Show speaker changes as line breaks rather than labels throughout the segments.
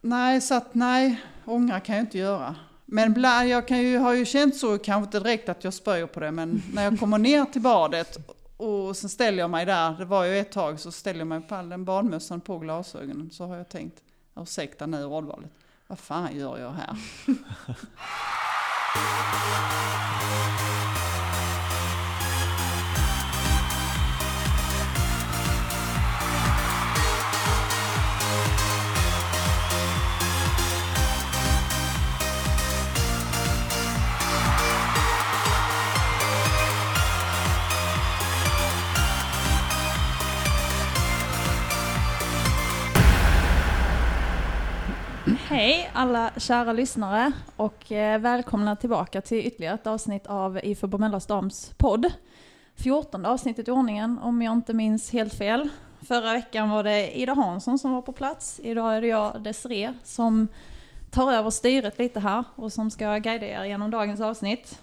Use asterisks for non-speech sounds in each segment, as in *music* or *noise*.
Nej, så att nej, ångra kan jag inte göra. Men bland, jag kan ju, har ju känt så, kanske inte direkt att jag spöjer på det, men när jag kommer ner till badet och sen ställer jag mig där, det var ju ett tag, så ställer jag mig på den badmössan på glasögonen. Så har jag tänkt, ursäkta nu ordvalet, vad fan gör jag här?
Hej alla kära lyssnare och eh, välkomna tillbaka till ytterligare ett avsnitt av IFÖ Bromöllas Dams podd. 14 avsnittet i ordningen om jag inte minns helt fel. Förra veckan var det Ida Hansson som var på plats. Idag är det jag, Desiree, som tar över styret lite här och som ska guida er genom dagens avsnitt.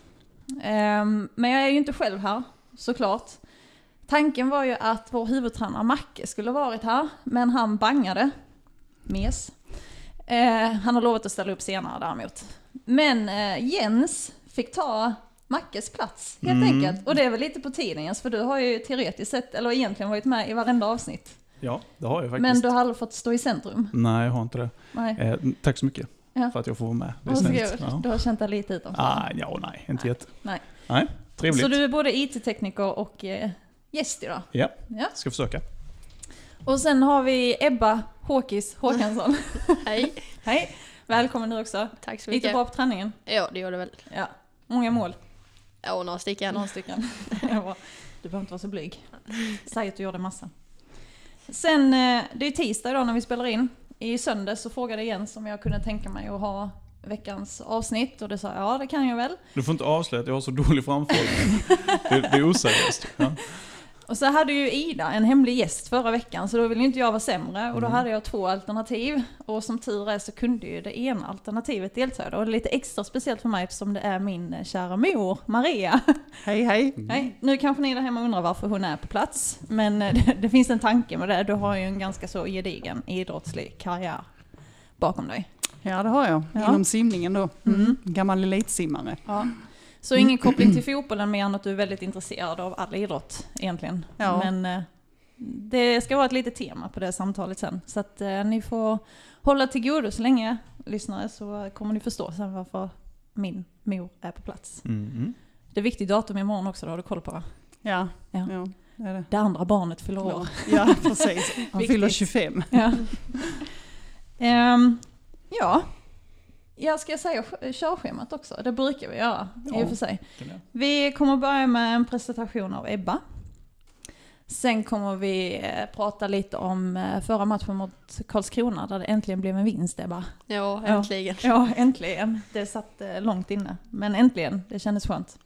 Ehm, Men jag är ju inte själv här, såklart. Tanken var ju att vår huvudtränare Macke skulle ha varit här, men han bangade. Mes. Eh, han har lovat att ställa upp senare däremot. Men eh, Jens fick ta Mackes plats helt
Mm.
enkelt. Och det är väl lite på tiden Jens, för du har ju teoretiskt sett, eller egentligen varit med i varenda avsnitt.
Ja, det har jag faktiskt.
Men du har aldrig fått stå i centrum.
Nej, jag har inte det.
Nej.
Eh, tack så mycket
Ja.
för att jag får vara med. Det är snällt.
Varsågod.
Ja.
Du har känt dig lite utanför.
Ah, ja, nej, inte jätte.
Nej.
Nej, trevligt.
Så du är både IT-tekniker och eh, gäst idag.
Ja,
Ja.
ska försöka.
Och sen har vi Ebba Håkis
*laughs*
Håkansson.
Hej,
Hej! Välkommen du också.
tack så
Gick det
mycket.
bra på träningen?
Ja, det gjorde väl.
Ja. Många mål?
Ja, och några stycken.
Några *laughs* stycken. Det är bra. Du behöver inte vara så blyg. Säg att du gjorde massa. Sen, eh, det är tisdag idag när vi spelar in. I söndags så frågade Jens om jag kunde tänka mig att ha veckans avsnitt och det sa jag, ja det kan jag väl.
Du får inte avslöja att jag har så
*laughs*
dålig framförhållning. det, det är oseriöst. Ja. Mm.
Och så hade ju Ida en hemlig gäst förra veckan så då ville ju inte jag vara sämre och då hade jag två alternativ. Och som tur är så kunde ju det ena alternativet delta då. och det är lite extra speciellt för mig eftersom det är min eh, kära mor Maria.
Hej hej!
Nej, nu kanske ni där hemma undrar varför hon är på plats. Men eh, *laughs* det, det finns en tanke med det. Du har ju en ganska så gedigen idrottslig karriär bakom dig.
Ja det har jag,
Ja.
inom simningen då. Mm. Gammal elitsimmare.
Ja. Så ingen koppling till fotbollen mer än att du är väldigt intresserad av all idrott egentligen.
Ja.
Men eh, det ska vara ett litet tema på det samtalet sen. Så att eh, ni får hålla till godo så länge lyssnare så kommer ni förstå sen varför min mor är på plats.
Mm.
Det är viktigt datum imorgon också, det har du koll på va?
Ja,
Ja.
ja. det är det.
Det andra barnet fyller år.
Ja, *laughs* precis. Han
Viktigt.
fyller 25.
Ja. *laughs* Ehm, ja. Jag ska säga sch- körschemat också. Det brukar vi göra i och för sig.
Mm.
Vi kommer börja med en presentation av Ebba. Sen kommer vi eh, prata lite om eh, förra matchen mot Karlskrona där det äntligen blev en vinst Ebba.
Ja,
Ja.
äntligen.
Ja, äntligen. Det satt eh, långt inne. Men äntligen, det kändes skönt.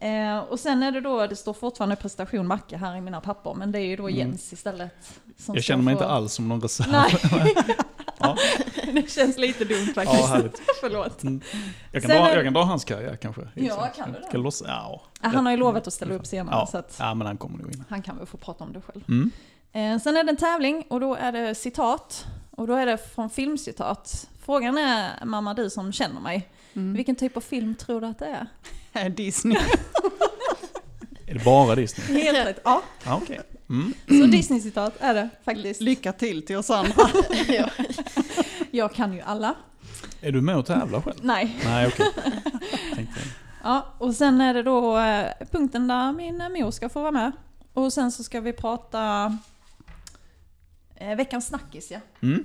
Eh, och sen är det då, det står fortfarande presentation Macke här i mina papper, men det är ju då
Mm.
Jens istället. som
Jag
ska
känner mig
få-
inte alls som någon reserv.
Nej.
*laughs* Ja.
Det känns lite dumt faktiskt.
Ja, härligt.
*laughs* Förlåt.
Jag kan,
Sen
dra,
är-
jag kan dra hans karriär kanske.
Ja, kan du det?
Kan låtsas- ja,
Han har ju lovat att ställa upp senare
ja.
så att
ja, men han kommer nog in.
han kan väl få prata om det själv.
Mm.
Eh, sen är det en tävling och då är det citat. Och då är det från filmcitat. Frågan är, mamma du som känner mig,
Mm.
vilken typ av film tror du att det är?
Äh, *laughs* Disney.
Är det bara
*laughs*
Disney?
Helt rätt, ja.
Ja, okej. Mm.
Så Disney-citat är det faktiskt.
Lycka till till oss andra.
*laughs* ja.
Jag kan ju alla.
Är du med och tävlar själv?
Nej.
Nej, okej. Tänkte jag.
*laughs* Ja, och sen är det då eh, punkten där min eh, mor ska få vara med. Och sen så ska vi prata eh, veckans snackis ja.
Mm.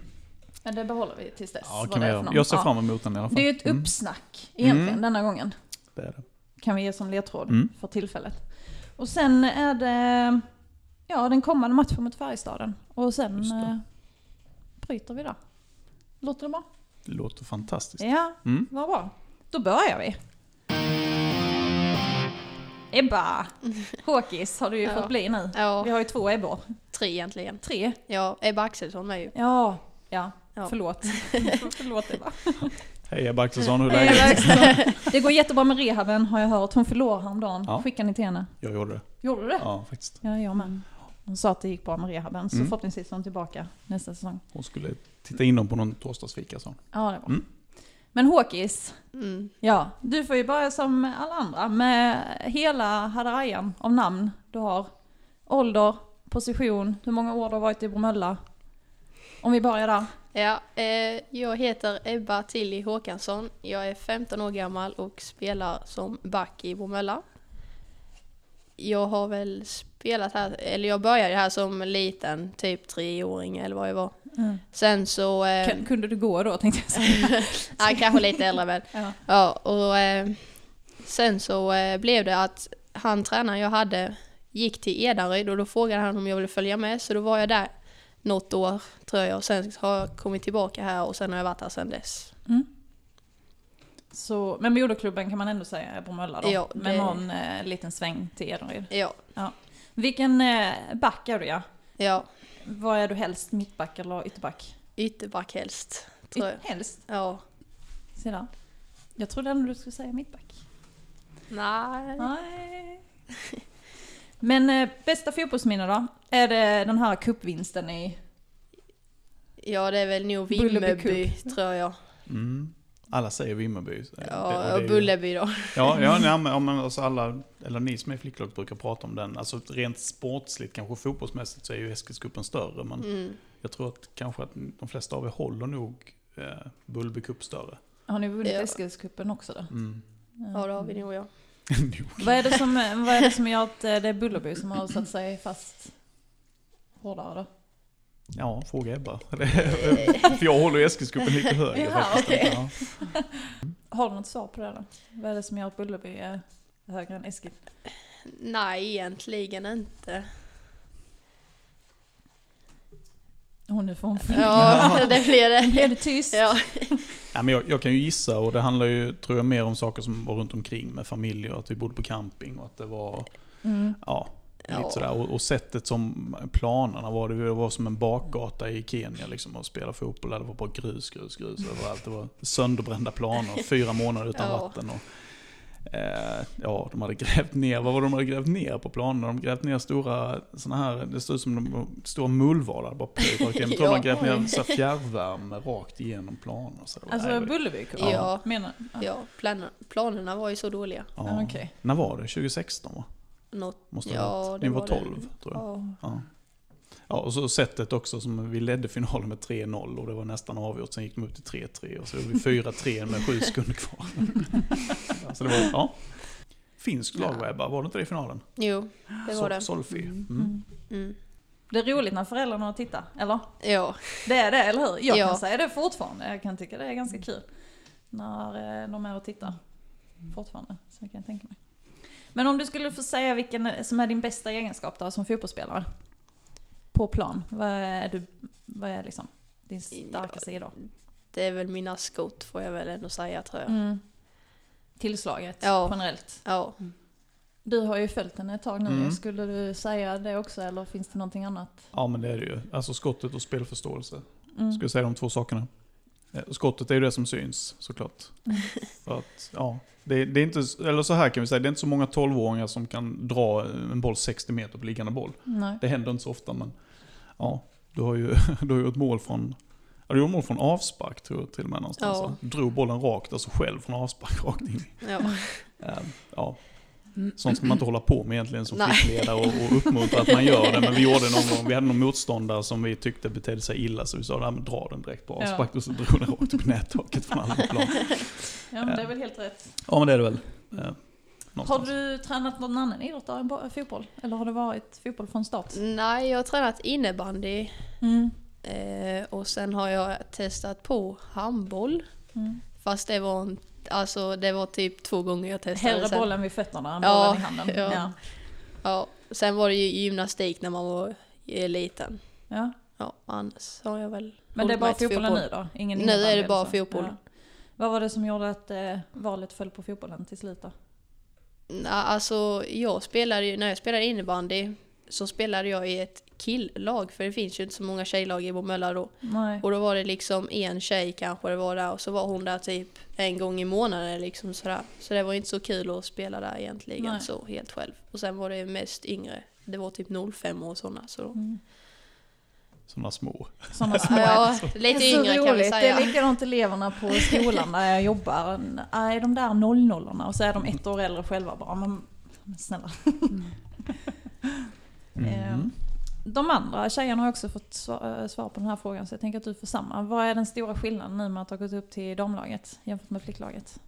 Men det behåller vi tills dess.
Ja,
vad
kan
det
vi
är
göra.
för någon.
Jag ser
Ja.
fram emot den i alla fall.
Det är ju ett
Mm,
uppsnack egentligen
Mm.
denna gången.
det är det.
Kan vi ge som ledtråd
Mm.
för tillfället. Och sen är det ja, den kommande matchen mot Färjestaden. Och sen
Just det.
eh, bryter vi där. Låter det bra?
Det låter fantastiskt.
Ja,
Mm.
vad bra. Då börjar vi.
*laughs*
Ebba! Håkis har du ju
Ja.
fått bli nu. Vi
ja,
har ju två Ebbor.
tre egentligen.
Tre.
Ja, Ebba Axelsson med ju.
Ja, ja.
Ja. *laughs*
Förlåt. Förlåt Ebba.
Hej Ebba Axelsson, *laughs* hur är
Hej,
läget?
Ebba Axelsson. Det går jättebra med rehaben har jag hört. Hon förlorade häromdagen.
Ja.
Skickar ni till henne?
Jag gjorde det.
Gjorde du det?
Ja, faktiskt.
Ja, jag med. Hon sa att det gick bra med rehaben, så
Mm.
förhoppningsvis är hon tillbaka nästa säsong.
Hon skulle titta in dem på någon torsdagsfika sa hon.
Ja, det var.
Mm.
Men Håkis,
Mm.
ja, du får ju börja som alla andra med hela hadarajan av namn du har. Ålder, position, hur många år du har varit i Bromölla. Om vi börjar där.
Ja, eh, jag heter Ebba Tilly Håkansson. Jag är 15 år gammal och spelar som back i Bromölla. Jag har väl spelat här, eller jag började här som liten, typ treåring eller vad jag var. Sen så... Eh,
Kun- Mm. Kunde du gå då tänkte jag säga.
ja, kanske lite äldre väl.
Ja.
Ja, och eh, sen så eh, blev det att han tränaren jag hade gick till Edaryd och då frågade han om jag ville följa med så då var jag där något år tror jag och sen har jag kommit tillbaka här och sen har jag varit här sen dess.
*laughs* Så, men moderklubben kan man ändå säga är Bromölla då,
Ja,
med
det-
någon eh, liten sväng till Edenryd.
Ja,
Vilken eh, back är du ja?
ja
Vad är du helst, mittback eller ytterback?
ytterback helst tror jag.
Yt- helst,
Ja.
sedan. Jag trodde ändå du skulle säga mittback.
Nej.
Nej. Men eh, bästa fotbollsminne då? Är det den här cupvinsten i...
Ja, det är väl nog
Bullerby
Vimmerby tror jag.
Mm. Alla säger Vimmerby. så- det- det
Ja,
är
och
ju-
Bullerby då.
Ja, ja, nej, men, ja, men alltså alla, eller ni som är flicklag brukar prata om den. Alltså rent sportsligt, kanske fotbollsmässigt, så är ju Eskilscupen större. Men
Mm.
jag tror att kanske att de flesta av er håller nog eh, Bullby Cup större.
Har ni vunnit
Ja.
Eskilscupen också då? *laughs*
Mm.
Ja, det har vi nog ja.
Nog.
Vad är, det som, vad är det som gör att eh, det är Bullerby som har satt sig fast hårdare då?
Ja, fråga Ebba. *laughs* För jag håller ju Eskilscupen lite högre
Ja,
faktiskt.
okej.
Ja.
Har du något svar på det då? Vad är det som gör att Bullerby är högre än Eskil?
Nej, egentligen inte.
Åh nu får hon följa.
Ja, *laughs* det blir
Blev du
det.
tyst?
Ja.
Ja, men jag, jag kan ju gissa och det handlar ju, tror jag, mer om saker som var runt omkring med familj och att vi bodde på camping och att det var,
Mm.
ja, lite
Ja.
sådär. Och, och sättet som planerna var, det var som en bakgata i Kenya liksom och spela fotboll. där Det var bara grus, grus, grus överallt. Det var sönderbrända planer, fyra månader utan
Ja.
vatten. Och, eh, ja, de hade grävt ner, vad var det de hade grävt ner på planerna? De grävt ner stora, såna här, det såg ut som de, stora mullvadar bara plöjt rakt igenom. Jag tror de
Ja.
grävt ner så här fjärrvärme rakt igenom planer. Så det var- nej,
Alltså
det var-
Bullerby
Ja. Ja.
menar ja.
Ja, planerna, planerna var ju så dåliga.
Ja.
Okej.
När var det? 2016 va?
Något,
Måste det ha
ja,
varit.
det
Ni var
var
12
det.
tror jag.
Ja.
Ja. ja, och så sättet också som vi ledde finalen med 3-0 och det var nästan avgjort. Sen gick de upp till 3-3 och så gjorde vi 4-3 med sju sekunder
*laughs*
kvar. så det var, ja. Finsk lag var Ebba, var det inte det i finalen?
Jo, det var det.
Solfi. Mm.
Mm.
Mm.
Det är roligt när föräldrarna tittar, eller?
Ja,
Det är det, eller hur? Jag
Ja.
kan säga det fortfarande. Jag kan tycka det är ganska kul. När eh, de är och tittar. Fortfarande, så kan jag tänka mig. Men om du skulle få säga vilken som är din bästa egenskap då, som fotbollsspelare? På plan, vad är, du, vad är liksom din starka
Ja.
sida?
det är väl mina skott får jag väl ändå säga tror jag.
Mm. Tillslaget,
Ja.
generellt.
Ja,
Du har ju följt henne ett tag nu.
Mm.
Skulle du säga det också, eller finns det någonting annat?
Ja men det är det ju. Alltså skottet och spelförståelse.
Mm.
Ska jag säga de två sakerna? Eh, Skottet är ju det som syns såklart. För att, ja, det, det är inte, eller så här kan vi säga, det är inte så många 12-åringar som kan dra en boll 60 meter på liggande boll.
Mm. Nej.
Det händer inte så ofta men ja, du har ju, *laughs* du har ju ett mål från Ja, du gjorde mål från avspark tror jag till och med någonstans.
Ja.
va? Drog bollen rakt, alltså själv från avspark *laughs* rakt in. i-
ja.
eh, Ja.
Mm.
Sånt ska man inte hålla på med egentligen som
Nej.
flickledare och, och uppmuntra att man gör det. Men
*laughs*
vi gjorde det någon gång, vi hade någon motståndare som vi tyckte betedde sig illa så vi sa "Nej, men dra den direkt på
Ja.
avspark och så drog den rakt upp i nättaket från andra plan.
Ja, men det är väl helt rätt.
Ja men det är det väl. Eh,
Har
någonstans.
du tränat någon annan idrott då än bara fotboll? Eller har det varit fotboll från start?
Nej, jag har tränat innebandy
Mm.
eh, och sen har jag testat på handboll.
Mm.
Fast det var, en, alltså, det var typ två gånger jag testade.
Hellre
sen.
bollen vid fötterna än
Ja,
bollen i handen.
ja.
Ja.
Ja, sen var det ju gymnastik när man var eh, liten.
Ja.
Ja, annars har jag väl
Men det är
hållit
bara
mig till
fotbollen
fotboll.
nu då? Ingen
Nu
innebandy
är det
eller
bara
så?
fotboll.
Vad var det som gjorde att eh, valet föll på fotbollen till slut då?
Nej, alltså jag spelade ju, när jag spelade innebandy så spelade jag i ett killlag för det finns ju inte så många tjejlag i Bromölla då.
Nej.
Och då var det liksom en tjej kanske det var där och så var hon där typ en gång i månaden liksom sådär. Så det var inte så kul att spela där egentligen
Nej.
så helt själv. Och sen var det mest yngre det var typ 05 och sådana.
*laughs*
Så.
Mm.
Sådana små.
Sådana små.
Ja,
Det
lite
är så
yngre kan vi
roligt. Det är
säga.
likadant eleverna på skolan där jag jobbar. Nej, de där 00 och så är de ett år äldre själva bara. Men, men snälla.
Mm.
De andra tjejerna har också fått sva- eh, svar på den här frågan så jag tänker att du får samma. Vad är den stora skillnaden nu med att ha gått upp till damlaget jämfört med flicklaget?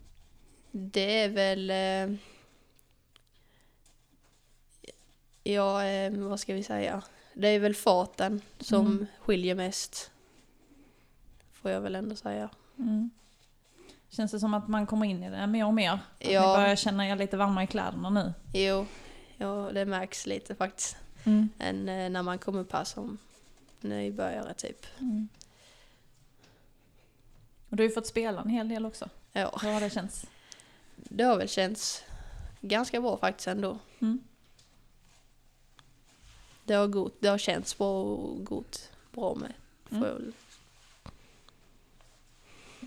Det är väl... Eh, ja, eh, vad ska vi säga? Det är väl farten som
Mm.
skiljer mest. Får jag väl ändå säga.
Mm. Känns det som att man kommer in i det mer och mer? Att Ni
Ja.
börjar känna er lite varma i kläderna nu?
Jo, ja, det märks lite faktiskt. Än eh, när man kommer upp här som nybörjare typ.
Mm. Och du har ju fått spela en hel del också.
Ja,
Hur har det känts?
det har väl känts ganska bra faktiskt ändå.
Mm.
Det har, gått, det har känts bra och gått bra med. Får
Mm.
jag väl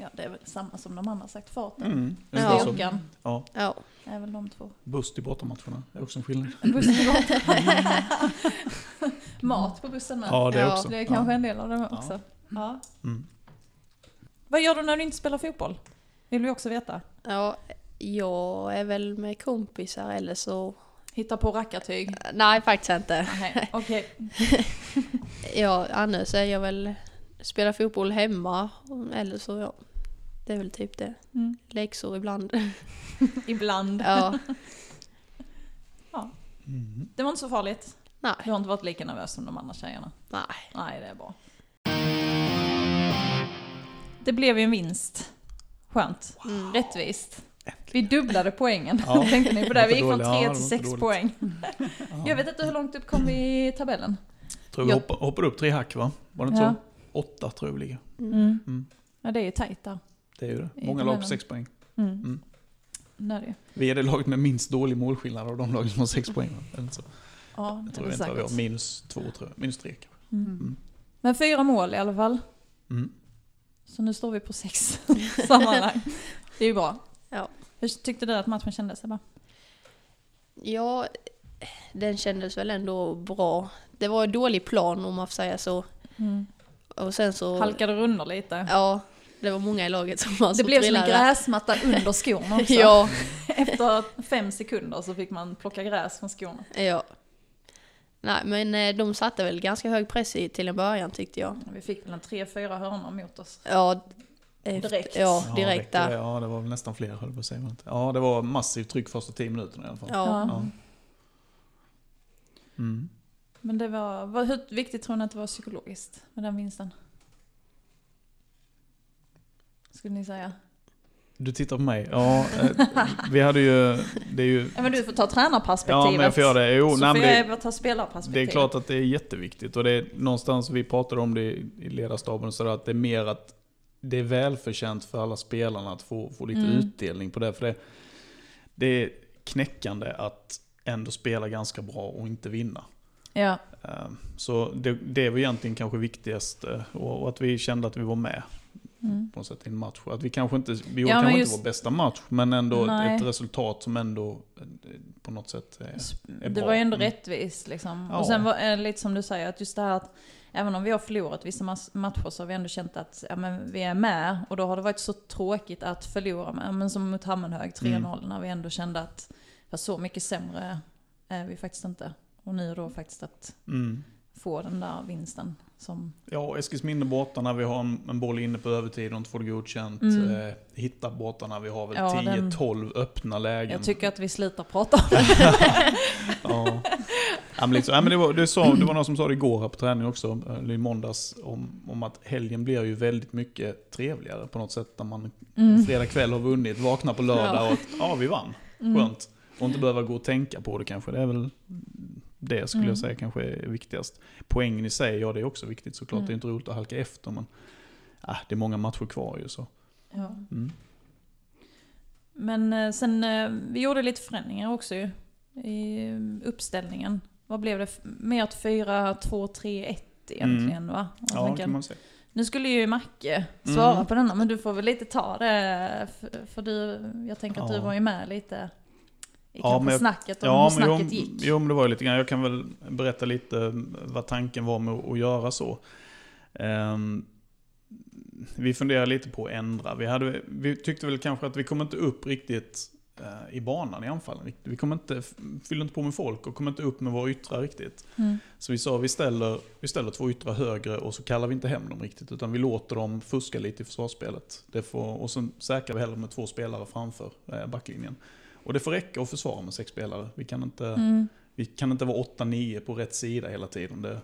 Ja, det är väl samma som de andra sagt, farten.
Mm. Det är
Ja.
så-
Styrkan
Ja,
Ja,
är väl de två.
buss till bortamatcherna är också en skillnad.
Bussgatan.
*laughs*
Mat på bussen med.
Ja, det är
Ja,
också.
Det är kanske en del av det också. Ja.
ja. mm.
Vad gör du när du inte spelar fotboll? Vill vi också veta.
ja, jag är väl med kompisar eller så.
Hitta på rackartyg?
Eh, Nej, faktiskt inte.
*laughs* Nej, okej.
Ja, annars är jag väl spelar fotboll hemma eller så. Ja. Det är väl typ det.
Mm.
Läxor ibland.
*laughs* Ibland.
Ja,
Mm.
Det var inte så farligt. Du
nej,
har inte varit lika nervös som de andra tjejerna.
nej.
Nej, det är bra. Det blev ju en vinst. Skönt.
Mm.
Rättvist. Vi dubblade poängen.
Ja.
*laughs* Tänkte ni på
Det var
det? Vi gick
för
från
dåligt. Ja,
tre
det var
till
för
sex
dåligt.
poäng.
Ja.
Jag vet inte hur långt upp kom vi i tabellen?
Tror vi
Ja.
hoppa- hoppade upp tre hack va? Var det inte
Ja.
så? Åtta tror jag vi ligger. Mm.
Ja, det är ju tajt där.
Det är ju det.
I
Många lag på
tabellen.
sex poäng.
Mm.
Mm.
Det är det ju.
Vi är det laget med minst dålig målskillnad av de lag som har sex poäng. va? Eller så.
Ja,
Jag
det
tror
är det
inte vi har
säkert.
minus två, tror jag. Minus tre kanske.
Mm.
Mm.
Men fyra mål i alla fall.
Mm.
Så nu står vi på sex
*laughs*
sammanlagt. Det är ju bra.
Ja.
Hur tyckte du att matchen kändes Ebba?
Ja, den kändes väl ändå bra. Det var en dålig plan om man får säga så.
Mm.
Och sen så...
Halkade du under lite?
Ja, det var många i laget som var
Det blev som en gräsmatta under
*laughs*
skorna också.
Ja,
Efter fem sekunder så fick man plocka gräs från skorna.
ja. Nej, men eh, de satte väl ganska hög press i till en början tyckte jag.
Vi fick väl en tre, fyra hörnor mot oss.
Ja, efter-
Direkt.
Ja,
Ja,
direkt
räcker det?
där.
Ja, det var väl nästan fler höll jag på att säga. men inte- Ja, det var massivt tryck första tio minuterna i alla fall.
Ja.
Ja. Mm.
Men det var, vad, hur viktigt tror ni att det var psykologiskt med den vinsten? Skulle ni säga?
Du tittar på mig. Ja, eh, vi hade ju... Det
*laughs*
är ju
Ja, men du får ta tränarperspektivet.
ja, men jag får göra det. Jo,
så
nej, men
får
det,
jag bara ta
Det
spelarperspektivet.
är klart att det är jätteviktigt och det är någonstans, vi pratade om det i i ledarstaben, så att det är mer att det är välförtjänt för alla spelarna att få, få lite
Mm.
utdelning på det. För det, det är knäckande att ändå spela ganska bra och inte vinna.
Ja,
Eh, Så det, det var egentligen kanske viktigast eh, och, och att vi kände att vi var med
mm.
på något sätt i en match. Att vi kanske inte, vi
Ja,
gjorde kanske
men
inte
just-
vår bästa match, men ändå
Nej.
ett resultat som ändå eh, på något sätt är... är
det
bra.
var ju ändå
Mm.
rättvist liksom.
Ja.
Och sen var det lite som du säger, att just det här att även om vi har förlorat vissa mas- matcher så har vi ändå känt att ja, men vi är med. Och då har det varit så tråkigt att förlora, med, ja, men som mot Hammenhög 3-0
Mm.
när vi ändå kände att ja, så mycket sämre är vi faktiskt inte. Och nu då faktiskt att
Mm.
få den där vinsten som...
Ja, och Eskilsminne borta när vi har en, en boll inne på övertid och inte får det godkänt.
Mm.
Eh, hitta borta när vi har väl
Ja, den-
10-12 öppna lägen.
Jag tycker att vi slutar prata om
*laughs* Ja. Ja, men liksom, ja, men det, var, det, sa, det var någon som sa det igår här på träning också, eller i måndags, om, om att helgen blir ju väldigt mycket trevligare på något sätt. När man
Mm.
fredag kväll har vunnit, vaknar på lördag
Ja.
och att ja, vi vann.
Mm.
Skönt. Och inte behöva gå och tänka på det kanske. Det är väl det skulle
Mm.
jag säga kanske är viktigast. Poängen i sig, ja det är också viktigt såklart.
Mm.
Det är inte roligt att halka efter men ah, det är många matcher kvar ju så.
Ja.
Mm.
Men eh, sen, eh, vi gjorde lite förändringar också ju, i eh, uppställningen. Vad blev det? F- Mer åt 4-2-3-1 egentligen va? Om man
Mm. Ja,
tänker.
kan man säga.
Nu skulle ju Macke svara
Mm.
på denna, men du får väl lite ta det. För, för du, jag tänker att du
Ja.
var ju med lite i
Ja,
kanske
men jag-
snacket om hur
Ja, men
snacket
jo,
gick.
jo, men det var ju lite grann. Jag kan väl berätta lite äh, vad tanken var med att göra så. Ehm, vi funderade lite på att ändra. Vi, hade, vi tyckte väl kanske att vi kom inte upp riktigt eh, i banan i anfallen. riktigt. Vi kom inte, fyllde inte på med folk och kom inte upp med våra yttrar riktigt.
Mm.
Så vi sa vi ställer, vi ställer två yttrar högre och så kallar vi inte hem dem riktigt. Utan vi låter dem fuska lite i försvarsspelet. Det får, och så säkrar vi hellre med två spelare framför eh, backlinjen. Och det får räcka att försvara med sex spelare. Vi kan inte...
Mm.
Vi kan inte vara 8-9 på rätt sida hela tiden. Det,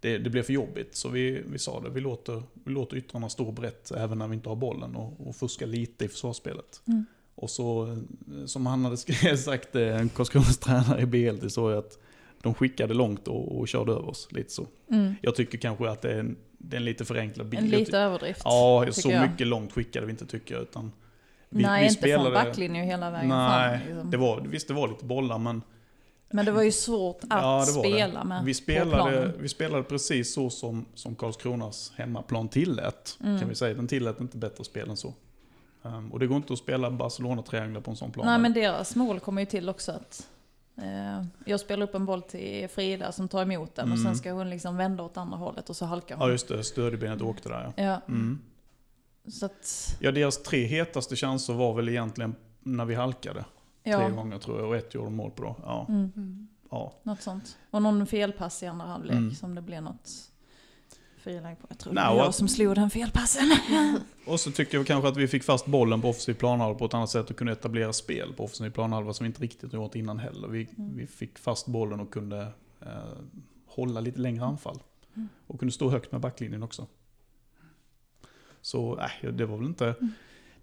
det, det blir för jobbigt. Så vi, vi sa det, vi låter, vi låter yttrarna stå brett även när vi inte har bollen och, och fuska lite i försvarsspelet.
Mm.
Och så, eh, som han hade skri- *laughs* sagt, eh, Karlskronas tränare i BLT sa ju att de skickade långt och, och körde över oss. Lite så.
Mm.
Jag tycker kanske att det är en, det är en lite förenklad bild.
En
Jag
liten
ty-
överdrift.
ja,
tycker
så
jag.
mycket långt skickade vi inte tycker jag. Utan
Nej, inte från backlinjen hela vägen
Nej,
fram. Liksom.
det var, visst det var lite bollar men
Men det var ju svårt att
Ja, det var det.
spela med
Vi
på
spelade,
planen.
vi spelade precis så som, som Karlskronas hemmaplan tillät.
Mm.
Kan vi säga. Den tillät inte bättre spel än så. Ehm, och det går inte att spela Barcelona-trianglar på en sån plan.
Nej, men deras mål kommer ju till också att eh, jag spelar upp en boll till Frida som tar emot den och sen
Mm.
ska hon liksom vända åt andra hållet och så halkar hon.
Ja just det, stödbenet åkte där ja.
Ja,
Mm.
så att,
Ja deras tre hetaste chanser var väl egentligen när vi halkade. Tre
ja,
gånger tror jag och ett gjorde de mål på då. Ja,
mm,
ja.
något sånt. Och någon felpass i andra halvlek
Mm.
som det blev något friläge på. Jag tror
Nej,
det var
och
jag
att-
som slog den felpassen.
*laughs* Och så tycker jag kanske att vi fick fast bollen på offensiv planhalva på ett annat sätt och kunde etablera spel på offensiv planhalva som vi inte riktigt har gjort innan heller. Vi,
Mm.
vi fick fast bollen och kunde eh, hålla lite längre anfall.
Mm.
Och kunde stå högt med backlinjen också. Så nej, det var väl inte...
Mm.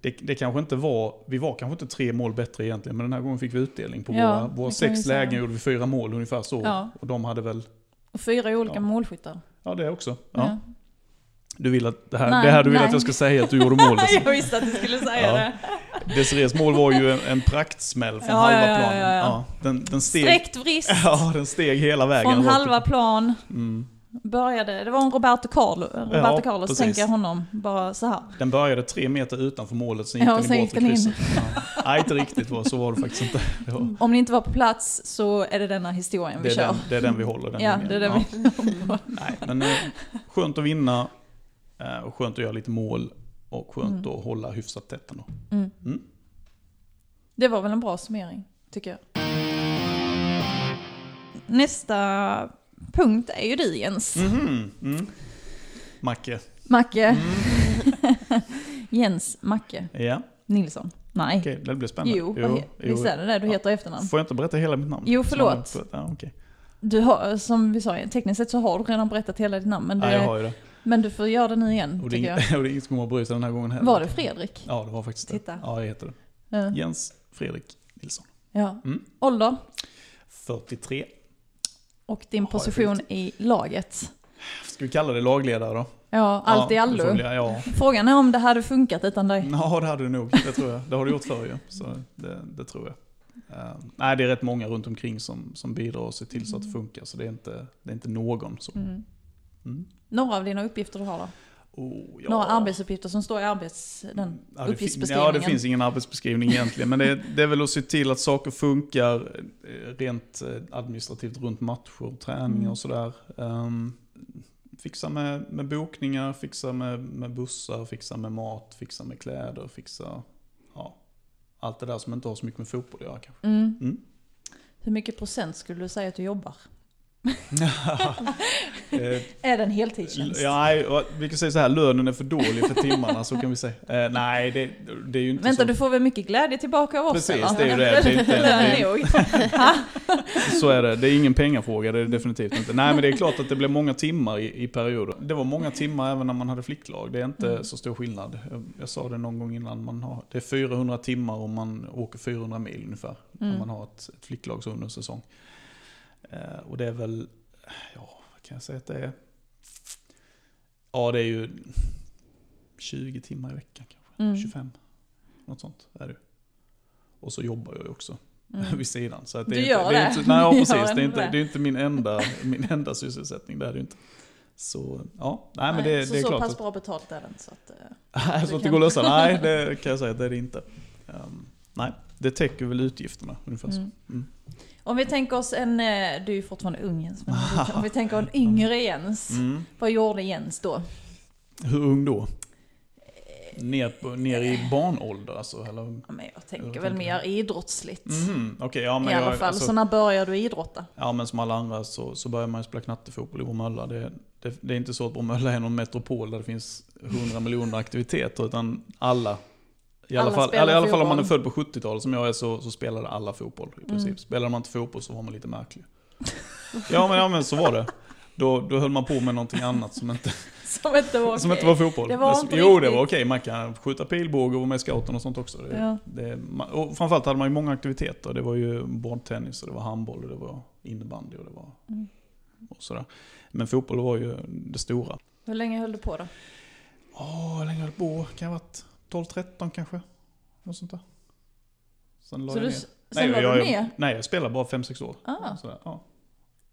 Det, det kanske inte var... Vi var kanske inte tre mål bättre egentligen, men den här gången fick vi utdelning på
Ja,
våra,
det kan
våra
vi
sex
säga.
lägen. gjorde vi fyra mål ungefär så.
Ja.
Och de hade väl...
Och fyra olika
Ja.
målskyttar.
Ja, det också. Ja.
Ja.
Du vill att, det här,
Nej,
det här du vill
nej.
att jag ska säga att du gjorde
*laughs*
mål. Jessica.
jag visste att du skulle säga
Ja.
det.
Desirees mål var ju en, en praktsmäll från
Ja,
halva
ja, ja,
planen.
ja, ja.
den, den, steg,
Sträckt vrist
*laughs* ja, den steg hela vägen.
från
rakt
halva
upp.
plan.
Mm.
började, det var en Roberto, Carlo, Roberto
Ja,
Carlos,
precis.
tänker jag honom, bara så här.
Den började tre meter utanför målet, sen gick
Ja,
den
och sen
i
gick
bort i
den in.
krysset. Ja. Nej, inte riktigt. Var, så var det faktiskt inte. Det, var,
Om ni inte var på plats så är det denna historien vi
det, är,
kör.
den, det är den vi håller. Den
ja,
linjen.
det är den
Ja.
vi *laughs*
Nej, men eh, skönt att vinna, eh, och skönt att göra lite mål och skönt
Mm.
att hålla hyfsat tätt ändå.
mm.
Mm.
Det var väl en bra summering, tycker jag. Nästa punkt är ju du Jens.
Mhm, Mm. Macke.
Macke. *laughs* Jens Macke
Ja,
Nilsson. Nej.
okej. Det blir spännande.
Jo, vad he- visst är det det du heter i efternamn?
Får jag inte berätta hela mitt namn?
Jo, förlåt.
Så- Ja, okej.
Du har, som vi sa, tekniskt sett så har du redan berättat hela ditt namn, men,
Ja, jag
det,
har ju det.
men du får göra det nu igen,
Och det, är
tycker jag.
ing- *laughs* och det är ingen som kommer att bry sig den här gången heller.
Var det
*laughs*
Fredrik?
Ja, det var faktiskt
Titta.
det. Ja, jag heter det.
Ja.
Jens Fredrik Nilsson.
Ja.
Mm.
Ålder
43.
och din
Har jag
position i laget.
Ska vi kalla det lagledare då?
Ja, allt i
Ja,
allo.
personliga, Ja.
Frågan är om det hade funkat utan dig.
ja, det hade du nog. Det tror jag. Det har du gjort förr ju. Så det, det tror jag. Eh, nej, det är rätt många runt omkring som, som bidrar och ser till så att det funkar. Så det är inte, det är inte någon så.
Mm.
Mm.
Några av dina uppgifter du har då?
Oh, ja.
Några arbetsuppgifter som står i arbets... Den.
Ja, det fin-
Uppgiftsbeskrivningen.
Ja, det finns ingen arbetsbeskrivning egentligen. Men det är, det är väl att se till att saker funkar eh, rent eh, administrativt runt matcher och träningar
Mm.
och sådär. Ehm, fixa med, med bokningar, fixa med, med bussar, fixa med mat, fixa med kläder, fixa... Ja, allt det där som inte har så mycket med fotboll att göra
*laughs*
kanske.
Mm.
Mm.
Hur mycket procent skulle du säga att du jobbar? *laughs*
Eh,
Är det en heltidstjänst?
ja, nej, och vi kan säga så här, lönen är för dålig för timmarna, så kan vi säga. Eh, nej, det, det är ju inte
Vänta,
så.
du får väl mycket glädje tillbaka av oss
Precis,
eller?
det är ju det. Det är
*laughs*
inte-
Lön nog.
Så är det. Det är ingen pengafråga, det är det definitivt inte. Nej men det är klart att det blev många timmar i, i perioder. Det var många timmar även när man hade flicklag. Det är inte
Mm.
så stor skillnad. Jag, jag sa det någon gång innan. Man har, det är 400 timmar om man åker 400 mil ungefär.
Mm.
Om man har ett, ett flicklag så under en säsong. Eh, och det är väl, ja vad kan jag säga att det är? Ja det är ju 20 timmar i veckan kanske.
Mm.
25. Något sånt är det. Och så jobbar jag ju också
Mm.
*laughs* vid sidan. Så att
Du
det är
gör
inte,
det.
är inte, nej,
*laughs*
ja,
Du
precis.
gör
Det är inte,
det.
det är inte min, enda, min enda sysselsättning. Det är det ju inte. Så, ja. Nej, men
Nej,
det,
så
det är
så
klart.
pass
att-
bra betalt är det inte så att... eh,
*laughs* Nej, så
Det
att det
kan- *laughs*
går att lösa? Nej, det kan jag säga att det är det inte. Ehm, nej, det täcker väl utgifterna ungefär så.
Mm.
Mm.
Om vi tänker oss en, eh, du är ju fortfarande ung Jens,
*laughs*
men om vi- om vi tänker en yngre Jens.
Mm.
Vad gjorde Jens då?
Hur ung då?
Eh,
Ner, på, ner i barnålder alltså? Eller?
Ja, men jag
Jag
tänker
tänker-
väl mer idrottsligt.
Mhm, Okej, ja men
I
jag,
alla fall,
alltså-
så när började du idrotta? *laughs*
Ja men som alla andra så, så börjar man ju spela knattefotboll i Bromölla. Det, det, det är inte så att Bromölla är någon metropol där det finns 100 miljoner aktiviteter utan alla. I alla,
Alla
fall,
spelar
eller i alla fall om man är
fotboll.
född på 70-talet som jag är så, så spelade alla fotboll i princip.
Mm.
Spelade man inte fotboll så var man lite märklig. Ja men, ja, men så var det. Då, då höll man på med någonting annat som inte,
Som inte var
som
okej.
inte var fotboll.
Det var
Det-
inte
jo det
riktigt.
var okej, man kan skjuta pilbåge och vara med i scouten och sånt också. Det,
Ja.
det, man- och framförallt hade man ju många aktiviteter. Det var ju bordtennis, och det var handboll, och det var innebandy och det var
Mm.
och sådär. Men fotboll var ju det stora.
Hur länge höll du på då?
Åh, hur länge höll jag på? Kan jag ha varit 12-13 kanske? Något sånt där. Sen la
Så
jag
du,
ner.
sen la du
jag,
ner?
Nej, jag spelade bara 5-6 år.
Ah.
Sådär, ja.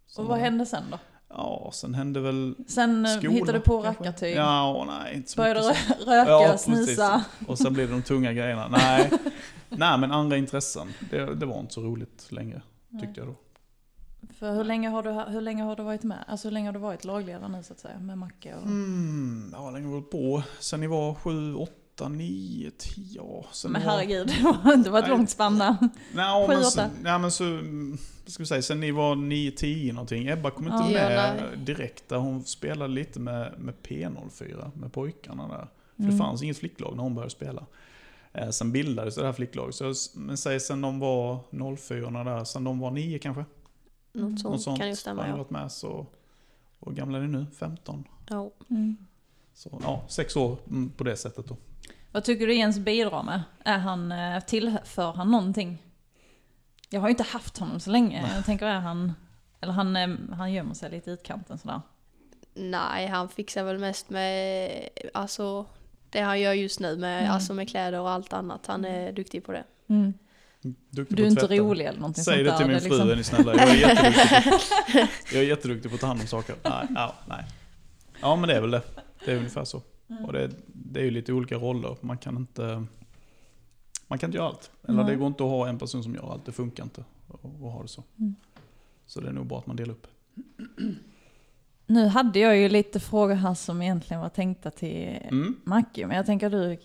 Sen
Och vad
var-
hände sen då?
Ja, sen hände väl...
Sen eh,
Skola,
hittade du på
kanske?
rackartyg?
Ja, åh, nej, inte så
Började
mycket.
du
så.
rö- röka,
Ja, precis.
snusa?
Och sen blev det de tunga
*laughs*
grejerna. Nej, nej men andra intressen. Det, det var inte så roligt längre, tyckte jag då.
Mm. För hur länge, har du, hur länge har du varit med? Alltså hur länge har du varit lagledare nu så att säga? Med Macke och...
Mm, ja, länge har vi hållit på? Sen ni var 7, 8, 9, 10, ja. Sen
Men
ni var-
herregud, *laughs* det var inte ett
Nej.
långt spann där.
Nej,
Sju,
men
åtta.
sen, nej, men så, mm, vad ska vi säga, sen ni var 9-10 någonting. Ebba kom inte
Ja.
med
Ja, nej.
direkt. Där hon spelade lite med, med P04, med pojkarna där. För
Mm.
det fanns inget flicklag när hon började spela. Eh, sen bildades det här flicklaget. Så jag, s- men säg sen de var 04 där, sen de var 9 kanske.
Något sånt,
Något sånt.
kan ju
Har
stämma
ni
ja.
varit med så... Och gamla är ni nu? 15?
ja.
Mm.
Så ja, sex år mm, på det sättet då.
Vad tycker du Jens bidrar med? Är han, eh, tillför han någonting? Jag har ju inte haft honom så länge. Jag tänker är han... Eller han, eh, han gömmer sig lite i utkanten sådär.
Nej, han fixar väl mest med alltså, det han gör just nu med,
Mm.
alltså, med kläder och allt annat. Han
Mm.
är duktig på det.
Duktig
Du
på
är inte
tvätten.
rolig eller någonting
Säg
sånt
det till
där.
min
är
fru,
liksom-
är ni snälla.
*laughs*
Jag är jätteduktig, jag är jätteduktig på att ta hand om saker. Nej, ja, nej. ja, men det är väl det. Det är ungefär så.
Mm.
Och det, det är ju lite olika roller. Man kan inte, man kan inte göra allt. Eller
Nej.
det går inte att ha en person som gör allt. Det funkar inte att att ha det så.
Mm.
Så det är nog bra att man delar upp.
Nu hade jag ju lite frågor här som egentligen var tänkta till
Mm.
Macke, men jag tänker du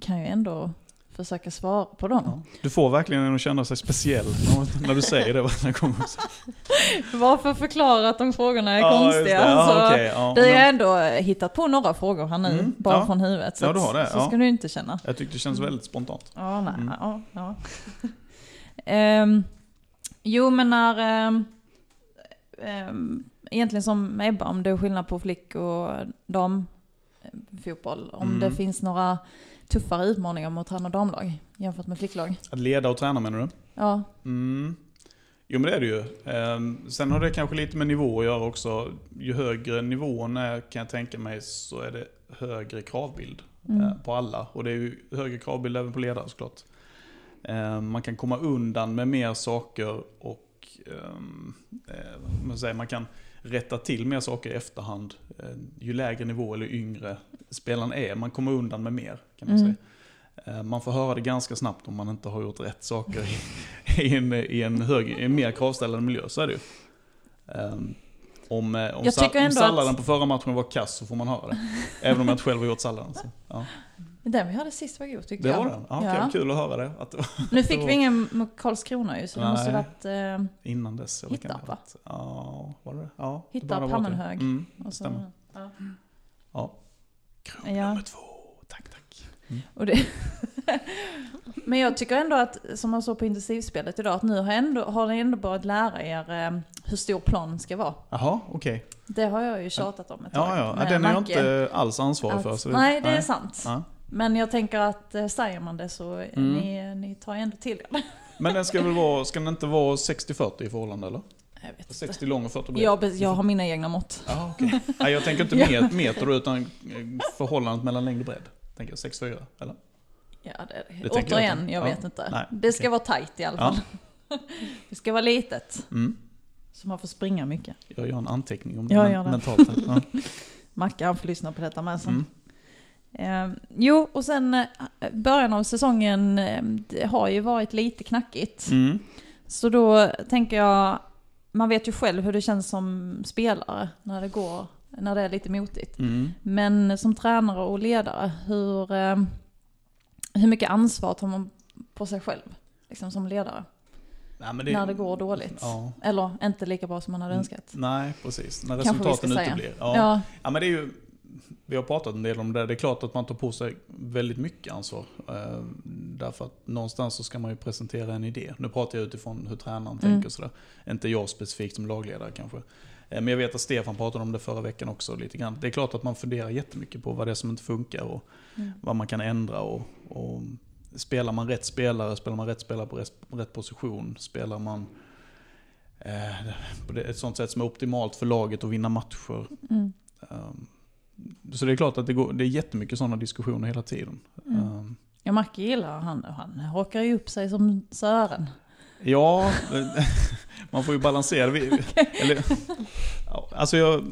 kan ju ändå försöka svara på dem.
Ja. Du får verkligen en att känna sig speciell *laughs* när, när du säger det varje gång.
*laughs* Varför förklara att de frågorna är alltså.
Ja, just
konstiga?
det. Ja,
så
okej, ja.
Vi har
Men
ändå hittat på några frågor här nu,
Mm,
bara
ja.
från huvudet. Så,
Ja,
att-
du har det,
så
ja.
ska du inte känna.
Jag tyckte det känns väldigt spontant.
Ja, nej,
Mm.
ja, ja. *laughs* Ehm, jo, men när... ehm, ehm, egentligen som Ebba, om det är skillnad på flick och damfotboll. Om
Mm.
det finns några tuffare utmaningar mot han och damlag jämfört med flicklag.
Att leda och träna menar du?
Ja,
Mm. Jo men det är det ju. Ehm, Sen har det kanske lite med nivå att göra också. Ju högre nivån är kan jag tänka mig så är det högre kravbild eh,
Mm.
på alla. Och det är ju högre kravbild även på ledare såklart. Ehm, Man kan komma undan med mer saker och ehm, eh, vad man, säger, man kan rätta till mer saker i efterhand. Ehm, Ju lägre nivå eller yngre spelaren är, man kommer undan med mer kan man
Mm.
säga. Ehm, Man får höra det ganska snabbt om man inte har gjort rätt saker i i en, i en, hög, i en mer kravställande miljö, så är det ju. Ehm, om, eh, om,
Jag
sa-
tycker
om
ändå
salladen
att-
på förra matchen var kass så får man höra det. Även om jag inte själv har gjort salladen. Så. Ja.
den vi hade sist var god tyckte
Det var
jag.
den? Ja, okej,
Ja.
Kul att höra det. Att det var *laughs*
Nu
Det
fick
var-
vi ingen mot Karlskrona ju, så det måste ha
Nej.
varit... ehm,
innan dess. eller kan det
Hittarp,
ha varit? Ja, var det det? ja, det
Hittarp,
bör det ha varit det.
Hammenhög.
Mm.
och så,
Stämmer.
ja.
Ja. Krog
Ja.
nummer två. Tack, tack.
Och det *laughs* Men jag tycker ändå att, som man såg på intensivspelet idag, att nu har, ändå, har ni ändå börjat lära er eh, hur stor planen ska vara.
Jaha, okej.
Det har jag ju tjatat om ett
Ja,
tag.
ja.
med
Den är jag
Macke,
inte alls ansvarig
att-
för. Så
nej, det är sant.
Ja.
Men jag tänker att eh, säger man det så eh,
Mm.
ni, ni tar ändå till er.
Men den ska väl vara, ska den inte vara 60-40 i förhållande eller?
Jag vet inte.
60 lång och 40 bred?
Jag, be- jag har mina egna mått.
Ah, okej. Nej,
*laughs*
jag tänker inte met, meter utan eh, förhållandet mellan längd och bredd. Tänker jag 6-4, eller?
Ja, det,
jag
återigen, jag,
inte. Ja.
vet inte.
Nej,
det ska
okej.
vara tajt i alla
Ja.
fall. *laughs* det ska vara litet,
Mm.
så man får springa mycket.
Jag gör en anteckning om
Ja,
det, men-
gör det.
mentalt. Ja.
*laughs* Mackan får lyssna på detta med sen.
Mm.
Eh, jo, och sen eh, början av säsongen eh, det har ju varit lite knackigt.
Mm.
Så då tänker jag, man vet ju själv hur det känns som spelare när det går, när det är lite motigt.
Mm.
Men som tränare och ledare, hur, eh, hur mycket ansvar tar man på sig själv liksom som ledare?
Nej, men
När det går dåligt.
Ja.
Eller inte lika bra som man hade
Mm.
önskat.
Nej, precis. När
Kanske vi ska
resultaten
säga.
uteblir.
Ja.
Ja. Ja, men det är ju, vi har pratat en del om det. Det är klart att man tar på sig väldigt mycket ansvar. Eh, Därför att någonstans så ska man ju presentera en idé. Nu pratar jag utifrån hur tränaren
Mm.
tänker och sådär. Inte jag specifikt som lagledare kanske. Eh, Men jag vet att Stefan pratade om det förra veckan också lite grann. Det är klart att man funderar jättemycket på vad det är som inte funkar och
Mm.
vad man kan ändra. Och, och spelar man rätt spelare? Spelar man rätt spelare på rätt, på rätt position? Spelar man eh, på det- ett sånt sätt som är optimalt för laget att vinna matcher?
Mm.
Ehm, Så det är klart att det, går, det är jättemycket sådana diskussioner hela tiden.
Mm.
Ehm,
Ja, Macke gillar han och han hakar ju upp sig som Sören.
Ja, *laughs* man får ju
*laughs*
balansera. Vi- Eller, ja, alltså jag,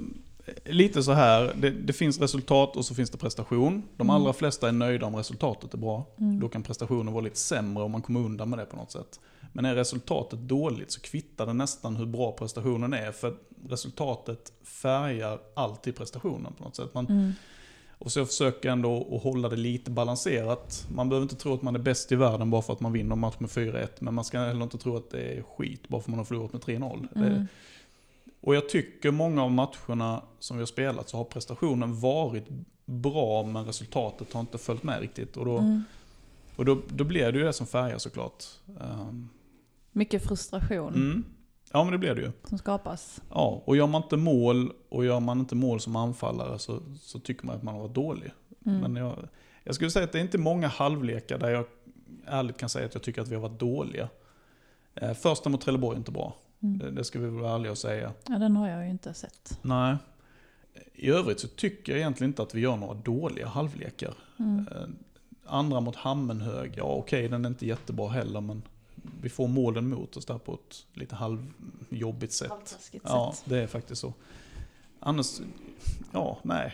lite så här, det, det finns resultat och så finns det prestation. De
Mm.
allra flesta är nöjda om resultatet är bra.
Mm.
Då kan prestationen vara lite sämre om man kommer undan med det på något sätt. Men är resultatet dåligt så kvittar det nästan hur bra prestationen är. För resultatet färgar alltid prestationen på något sätt. Man,
Mm.
Och så jag försöker ändå att hålla det lite balanserat. Man behöver inte tro att man är bäst i världen bara för att man vinner en match med 4-1. Men man ska heller inte tro att det är skit bara för att man har förlorat med 3-0.
Mm.
Det, och jag tycker många av matcherna som vi har spelat så har prestationen varit bra men resultatet har inte följt med riktigt. Och då,
Mm.
och då, då blir det ju det som färgar såklart. Ehm,
Mycket frustration
mm. Ja men det blir det ju.
som skapas.
Ja, och gör man inte mål och gör man inte mål som anfallare så, så tycker man att man har varit dålig.
Mm.
Men eh, jag, jag skulle säga att det är inte många halvlekar där jag ärligt kan säga att jag tycker att vi har varit dåliga. Eh, Första mot Trelleborg är inte bra.
Mm.
Det, det ska vi vara ärliga och säga.
Ja, den har jag ju inte sett.
Nej. I övrigt så tycker jag egentligen inte att vi gör några dåliga halvlekar.
Mm.
Eh, Andra mot Hammenhög, ja okej den är inte jättebra heller men vi får målen mot oss där på ett lite halvjobbigt sätt.
Halvtaskigt
Ja,
sett.
det är faktiskt så. Annars, ja, nej.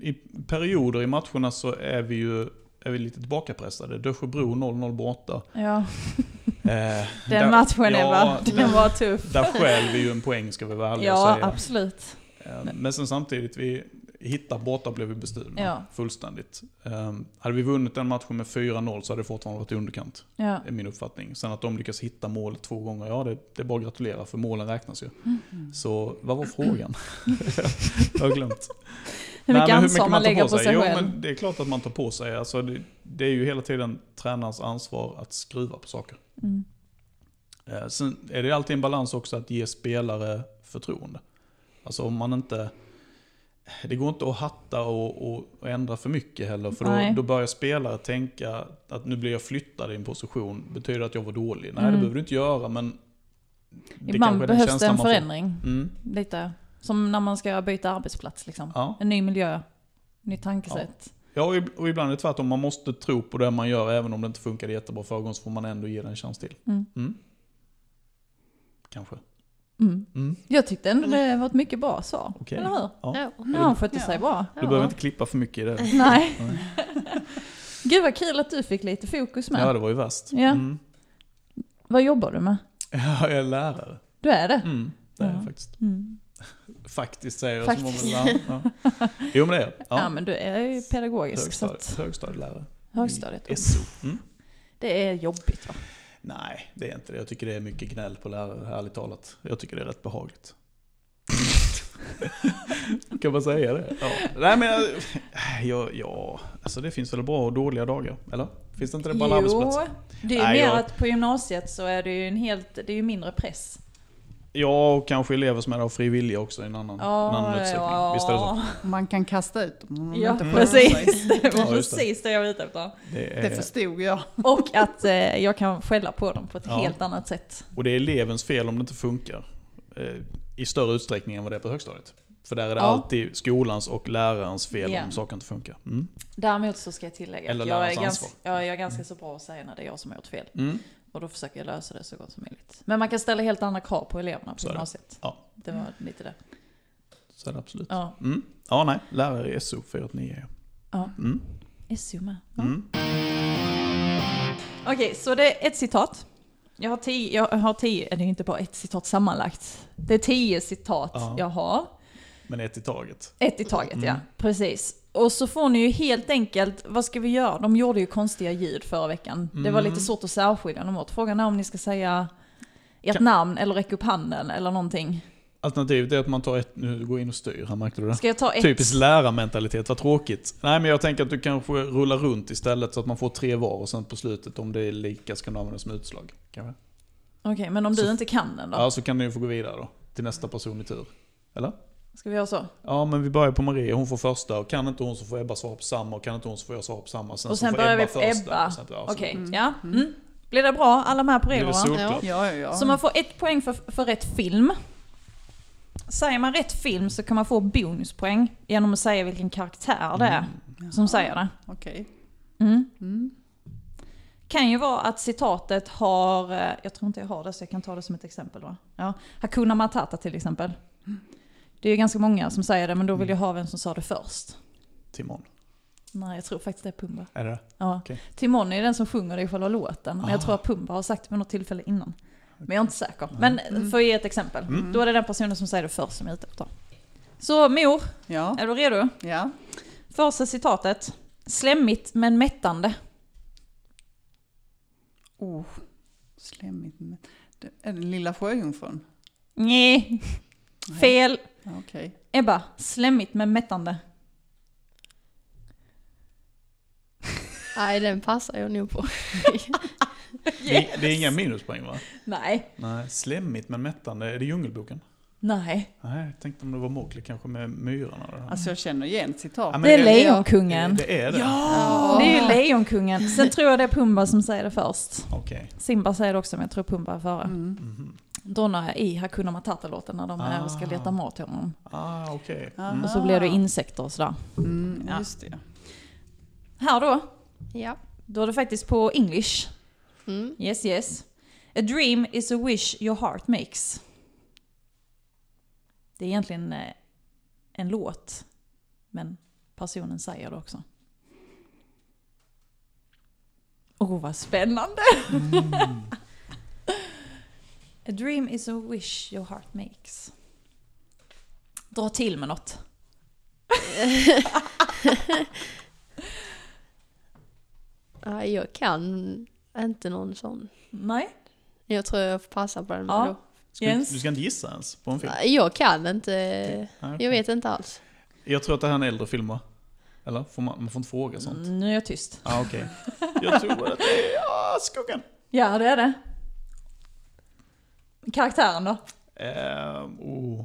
I perioder i matcherna så är vi ju är vi lite tillbakapressade. Dörsjöbro 0-0 borta. *laughs*
Ja,
Eh,
den matchen
ja,
Ebba, den
där,
var
*laughs*
tuff.
där skäl vi ju en poäng ska vi vara ärliga
Ja,
och säga.
absolut.
Eh, Men sen samtidigt, vi hittar borta blev vi bestulna.
Ja.
Fullständigt. Eh, hade vi vunnit den matchen med 4-0 så hade det fortfarande varit i underkant.
Ja.
Är min uppfattning. Sen att de lyckas hitta målet två gånger, ja det, det är bara att gratulera för målen räknas ju. Så vad
*laughs*
var frågan? jag har glömt.
Hur
Nej,
mycket
men
ansvar man
tar
lägger på sig
jo,
själv. Mm.
Men det är klart att man tar på sig. Alltså, det, det är ju hela tiden tränarens ansvar att skruva på saker.
Mm.
Eh, sen är det alltid en balans också att ge spelare förtroende. Alltså om man inte... Det går inte att hatta och, och, och ändra för mycket heller. För
Nej.
då, då börjar spelare tänka att nu blir jag flyttad i en position. Betyder det att jag var dålig? Nej,
Mm.
det behöver du inte göra, men... det
Ibland
kanske är den
behövs det
känslan
en
man får.
förändring.
Mm,
Lite. Som när man ska byta arbetsplats liksom.
ja.
En ny miljö, nytt tankesätt.
Ja, och ib- och ibland är det tvärtom. Man måste tro på det man gör, även om det inte funkade jättebra förra gången, så får man ändå ge det en chans till.
Mm.
Kanske.
Mm.
Mm.
Jag tyckte ändå det var ett mycket bra svar.
Okej.
Eller hur?
Ja.
Ja.
Ja, han skötte sig bra.
Du behöver inte klippa för mycket i det.
*laughs* Nej.
Mm.
Gud vad kul att du fick lite fokus med.
Ja, det var ju värst.
Ja.
Mm. *laughs*
Vad jobbar du med?
Ja, jag är lärare.
Du är det?
Mm, det är
Ja.
jag faktiskt.
Mm.
Faktiskt säger jag
Faktiskt.
som om jag ja. Jo, men det är jag.
*laughs* Ja.
Ja.
men du är ju pedagogisk. Så
Högstadiet,
att,
högstadielärare.
högstadiet.
I SO. Mm.
Det är jobbigt va?
Nej, det är inte det. Jag tycker det är mycket gnäll på lärare, ärligt talat. Jag tycker det är rätt behagligt. *laughs* kan man säga det? Ja. Nej men, jag- jag, ja, alltså det finns väl bra och dåliga dagar? Eller? Finns det inte det på alla arbetsplatser?
det är ju
Nej,
mer
jag-
att på gymnasiet så är det ju en helt, det är ju mindre press.
Ja, och kanske elever som är av fri vilja också i en annan, en annan utsträckning. Visst är det så? Mm.
Man kan kasta ut dem om de
Mm. Ja,
inte sköter sig.
precis. Det var
Ja, just det.
precis det jag var ute efter.
Det
Det
är,
förstod jag.
Och att eh, jag kan skälla på dem på ett
Ja.
helt annat sätt.
och det är elevens fel om det inte funkar. Eh, I större utsträckning än vad det är på högstadiet. För där är
Ja.
det alltid skolans och lärarens fel
Ja.
om saker inte funkar. Mm.
Däremot så ska jag tillägga
Eller
att jag är,
lärarens
ganska,
ansvar.
ja, jag är ganska så bra att säga när det är jag som har gjort fel.
Mm.
Och då försöker jag lösa det så gott som möjligt. Men man kan ställa helt andra krav på eleverna på
Så är det.
gymnasiet.
Ja.
Det var lite det.
Så är det absolut.
Ja.
Mm. Ja, nej. Lärare i SO 489.
Ja.
Mm.
SU med. Ja.
Mm.
Okej, så det är ett citat. Jag har tio, jag har tio, eh, det är inte bara ett citat sammanlagt. Det är tio citat
Ja.
jag har.
Men ett i taget.
Ett i taget, ja.
Mm.
Precis. Och så får ni ju helt enkelt, vad ska vi göra? De gjorde ju konstiga ljud förra veckan. Det var lite
Mm.
svårt att särskilja dem åt. Frågan är om ni ska säga ert
Kan-
namn eller räcka upp handen eller någonting.
Alternativet är att man tar ett, nu går jag in och styr, här märkte du det?
Ska jag ta ett?
Typisk lärarmentalitet, vad tråkigt. Nej men jag tänker att du kanske rullar runt istället så att man får tre var och sen på slutet om det är lika ska du använda som utslag. Kanske.
Okej, men om du
Så-
inte kan den då?
Ja, så kan du ju få gå vidare då, till nästa person i tur. Eller?
Ska vi göra så?
Ja men vi börjar på Maria, hon får första och kan inte hon så får Ebba svara på samma och kan inte hon så får jag svara på samma.
Och
så
sen
får
börjar vi på
första,
Ebba.
och sen- ja, så-
Okej,
Mm.
ja. Mm. Blir det bra? Alla med på
Blir det
reglerna?
solklart?
Ja, ja, ja.
Så man får ett poäng för, för rätt film. Säger man rätt film så kan man få bonuspoäng genom att säga vilken karaktär det är som säger det.
Okej.
Mm.
Mm.
Kan ju vara att citatet har, eh, jag tror inte jag har det så jag kan ta det som ett exempel då. Ja. Hakuna Matata till exempel. Det är ju ganska många som säger det men då vill jag ha vem som sa det först.
Timon.
Nej jag tror faktiskt det är Pumba.
Är det det?
Ja.
Okej.
Timon är ju den som sjunger det i själva låten men jag tror att Pumba har sagt det vid något tillfälle innan. Men jag är inte säker. Men för att ge ett exempel.
Mm.
Då är det den personen som säger det först som jag är ute efter. Så mor,
Ja,
är du redo?
ja.
Första citatet. Slemmigt men mättande.
Oh, slemmigt. men- Det är den lilla sjöjungfrun?
Nej.
Nej.
fel.
Ja, Okej.
Ebba, slemmigt men mättande.
Nej, den passar jag nog på. *laughs*
Det, det är inga minuspoäng va?
Nej.
Nej, slemmigt men mättande. Är det Djungelboken?
Nej.
Nej, jag tänkte om det var Mowgli kanske med myrorna. och det här.
Alltså jag känner igen
Ja,
citat.
men
Det är
det är jag.
Lejonkungen.
Det är det?
Ja!
Det är ju Lejonkungen. Sen tror jag det är Pumba som säger det först.
Okej.
Simba säger det också men jag tror Pumba är före.
Mm.
Mhm.
Donna i Hakuna Matata-låten när de är och ska
Ah.
leta mat till honom.
Ah, okej.
Aha.
Mm.
Och så blir det insekter och sådär.
Mm,
Ja.
just det.
Här då,
Ja.
då är det faktiskt på English.
Mm.
Yes yes. A dream is a wish your heart makes. Det är egentligen eh, en låt. Men personen säger det också. Åh oh, vad spännande! *laughs* a dream is a wish your heart makes. Dra till med något.
Nej, jag kan inte någon sån.
Nej?
Jag tror jag får passa på den
Ja.
då.
Ska du,
Jens?
du ska inte gissa ens på en film?
Nej, Jag kan inte.
Nej, okej.
Jag vet inte alls.
Jag tror att det här är en äldre film va? Eller? Får man, man får inte fråga sånt?
Mm, Nu är jag tyst.
Ah, okej. Jag tror att det är ah, skuggan.
Ja, det är det. Karaktären då?
Ehm, oh.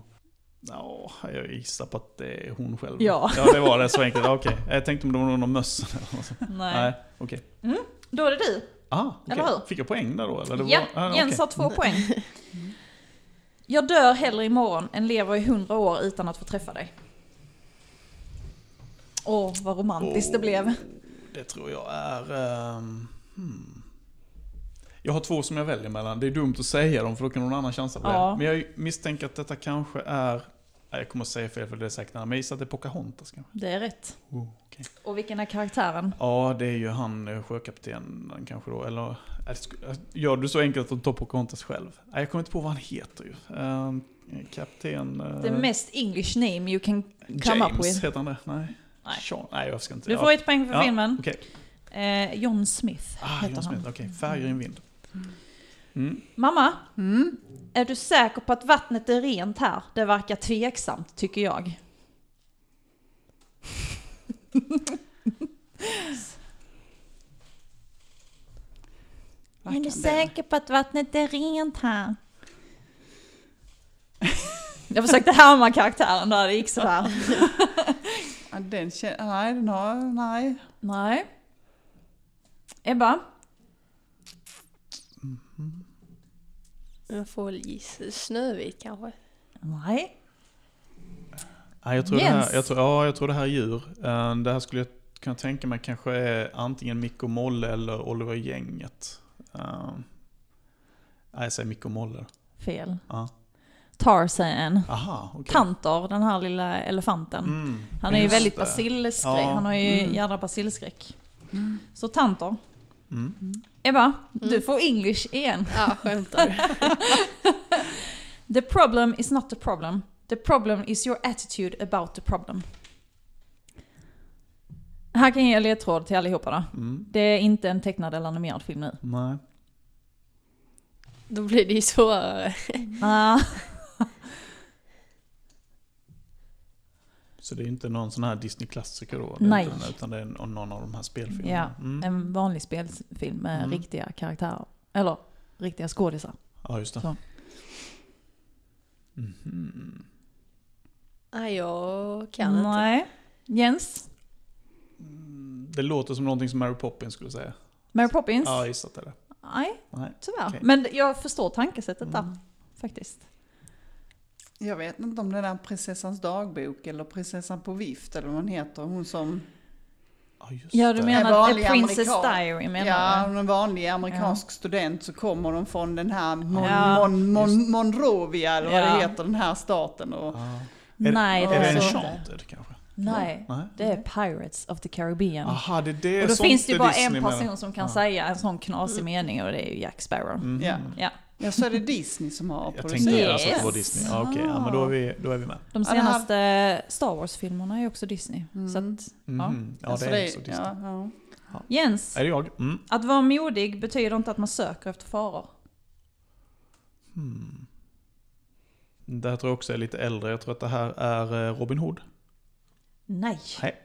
Ja, jag gissar på att det är hon själv.
Ja.
ja det var det, så enkelt. Ah, Okej. Jag tänkte om det var någon av mössen eller något sånt.
Nej.
Nej, okej.
Då är det du.
Ah, okej.
Eller hur?
Fick jag poäng där då? Eller? Det
ja,
var- ah, okej.
Jens har två poäng. *laughs* Jag dör hellre imorgon än lever i hundra år utan att få träffa dig. Åh, vad romantiskt det
Åh.
blev.
Det tror jag är... ehm, hmm. Jag har två som jag väljer mellan. Det är dumt att säga dem för då kan någon annan chansa på
Ja.
det. Men jag misstänker att detta kanske är... Nej, jag kommer att säga fel för det är säkert en annan. Men jag gissar att det är Pocahontas kanske.
Det är rätt.
Oh, okej.
Och vilken är karaktären?
Ja, det är ju han eh, sjökaptenen kanske då. Eller, är det sk- gör du så enkelt att du tar Pocahontas själv? Nej, jag kommer inte på vad han heter ju. Ehm, kapten... eh,
The mest English name you can come up
James
with.
heter han det? Nej.
Nej.
Sean. Nej, jag ska inte...
Du
ja.
får ett poäng för
Ja,
filmen.
Okej.
Eh, John Smith
Ah,
heter
John
han. Mm.
Smith. Okej, färger i en vind. Mm.
Mamma, är du säker på att vattnet är rent här? Det verkar tveksamt, tycker jag.
Vad kan det?
på att vattnet är rent här? *laughs* Jag försökte härma karaktären där, det gick sådär.
Ja, Den känner, nej, den har, nej.
Nej. Ebba?
Jag får väl gissa. Snövit kanske.
Nej.
Ja, jag, tror det
Jens.
här, jag, tror, ja, jag tror det här är djur. Eh, Det här skulle jag kunna tänka mig kanske är antingen Mikko Molle eller Oliver Gänget. Eh, Nej, jag säger Mikko Molle.
Fel.
Ja.
Tarzan.
Aha, okej.
Kantor, den här lilla elefanten.
Mm,
Han är ju
just
väldigt
det.
basilskräck.
Ja.
Han har ju
Mm.
jädra basilskräck. Så tantor.
Mm.
Ebba, du får English igen.
Ja, skämtar du?
*laughs*
*laughs*
The problem is not the problem. The problem is your attitude about the problem. Här kan jag ge ledtråd till allihopa då.
Mm.
Det är inte en tecknad eller animerad film nu.
Nej.
Då blir det ju svårare.
Mm.
Ah,
Så det är ju inte någon sån här Disney-klassiker då?
Nej.
Utan, utan det är någon någon av de här spelfilmerna?
Ja,
Mm.
en vanlig spelfilm med
Mm.
riktiga karaktärer. Eller riktiga skådisar.
ja just det.
Så.
Mhm.
Nej, jag kan inte.
Nej. Jens?
Mm, Det låter som någonting som Mary Poppins skulle säga.
Mary Poppins?
Ja, jag gissat det.
Nej,
Nej.
tyvärr.
Okej. Mm.
Men jag förstår tankesättet där, faktiskt.
Jag vet inte om det är den prinsessans dagbok eller prinsessan på vift eller vad hon heter. Hon som...
Ja, just
Ja, du
det.
En
menar
vanlig
A Princess
amerikan.
Diary menar
Ja,
du?
hon är en vanlig amerikansk student så kommer de från den här Mon,
Ja.
Mon, Mon, Monrovia eller vad
Ja.
det heter, den här staten. Och,
Ah. Är-
Nej, alltså-
Ja.
Är det
så-
Enchanted kanske?
Nej,
Nej.
det är Pirates of the Caribbean.
Aha, det är Ah, det
Mm. och då
sånt
finns det ju bara en
Disney menar.
person som kan
Ja.
säga en sån knasig mening och det är ju Jack Sparrow.
Mhm.
Ja.
Ja.
ja, så är det Disney som har
Jag tänkte
producerat. Ah.
Yes.
alltså att det var Disney. Ja, Okej, ja, men då är, vi, då är vi med.
De
Ja, det här-
senaste eh, Star Wars-filmerna är ju också Disney. Så att, ja.
Mhm. Ja,
Alltså
det är också Disney.
ja, ja.
Jens,
Är det jag? Mm.
att vara modig betyder inte att man söker efter faror.
Hmm. Det här tror jag också är lite äldre. Jag tror att det här är eh, Robin Hood.
Nej.
Nej.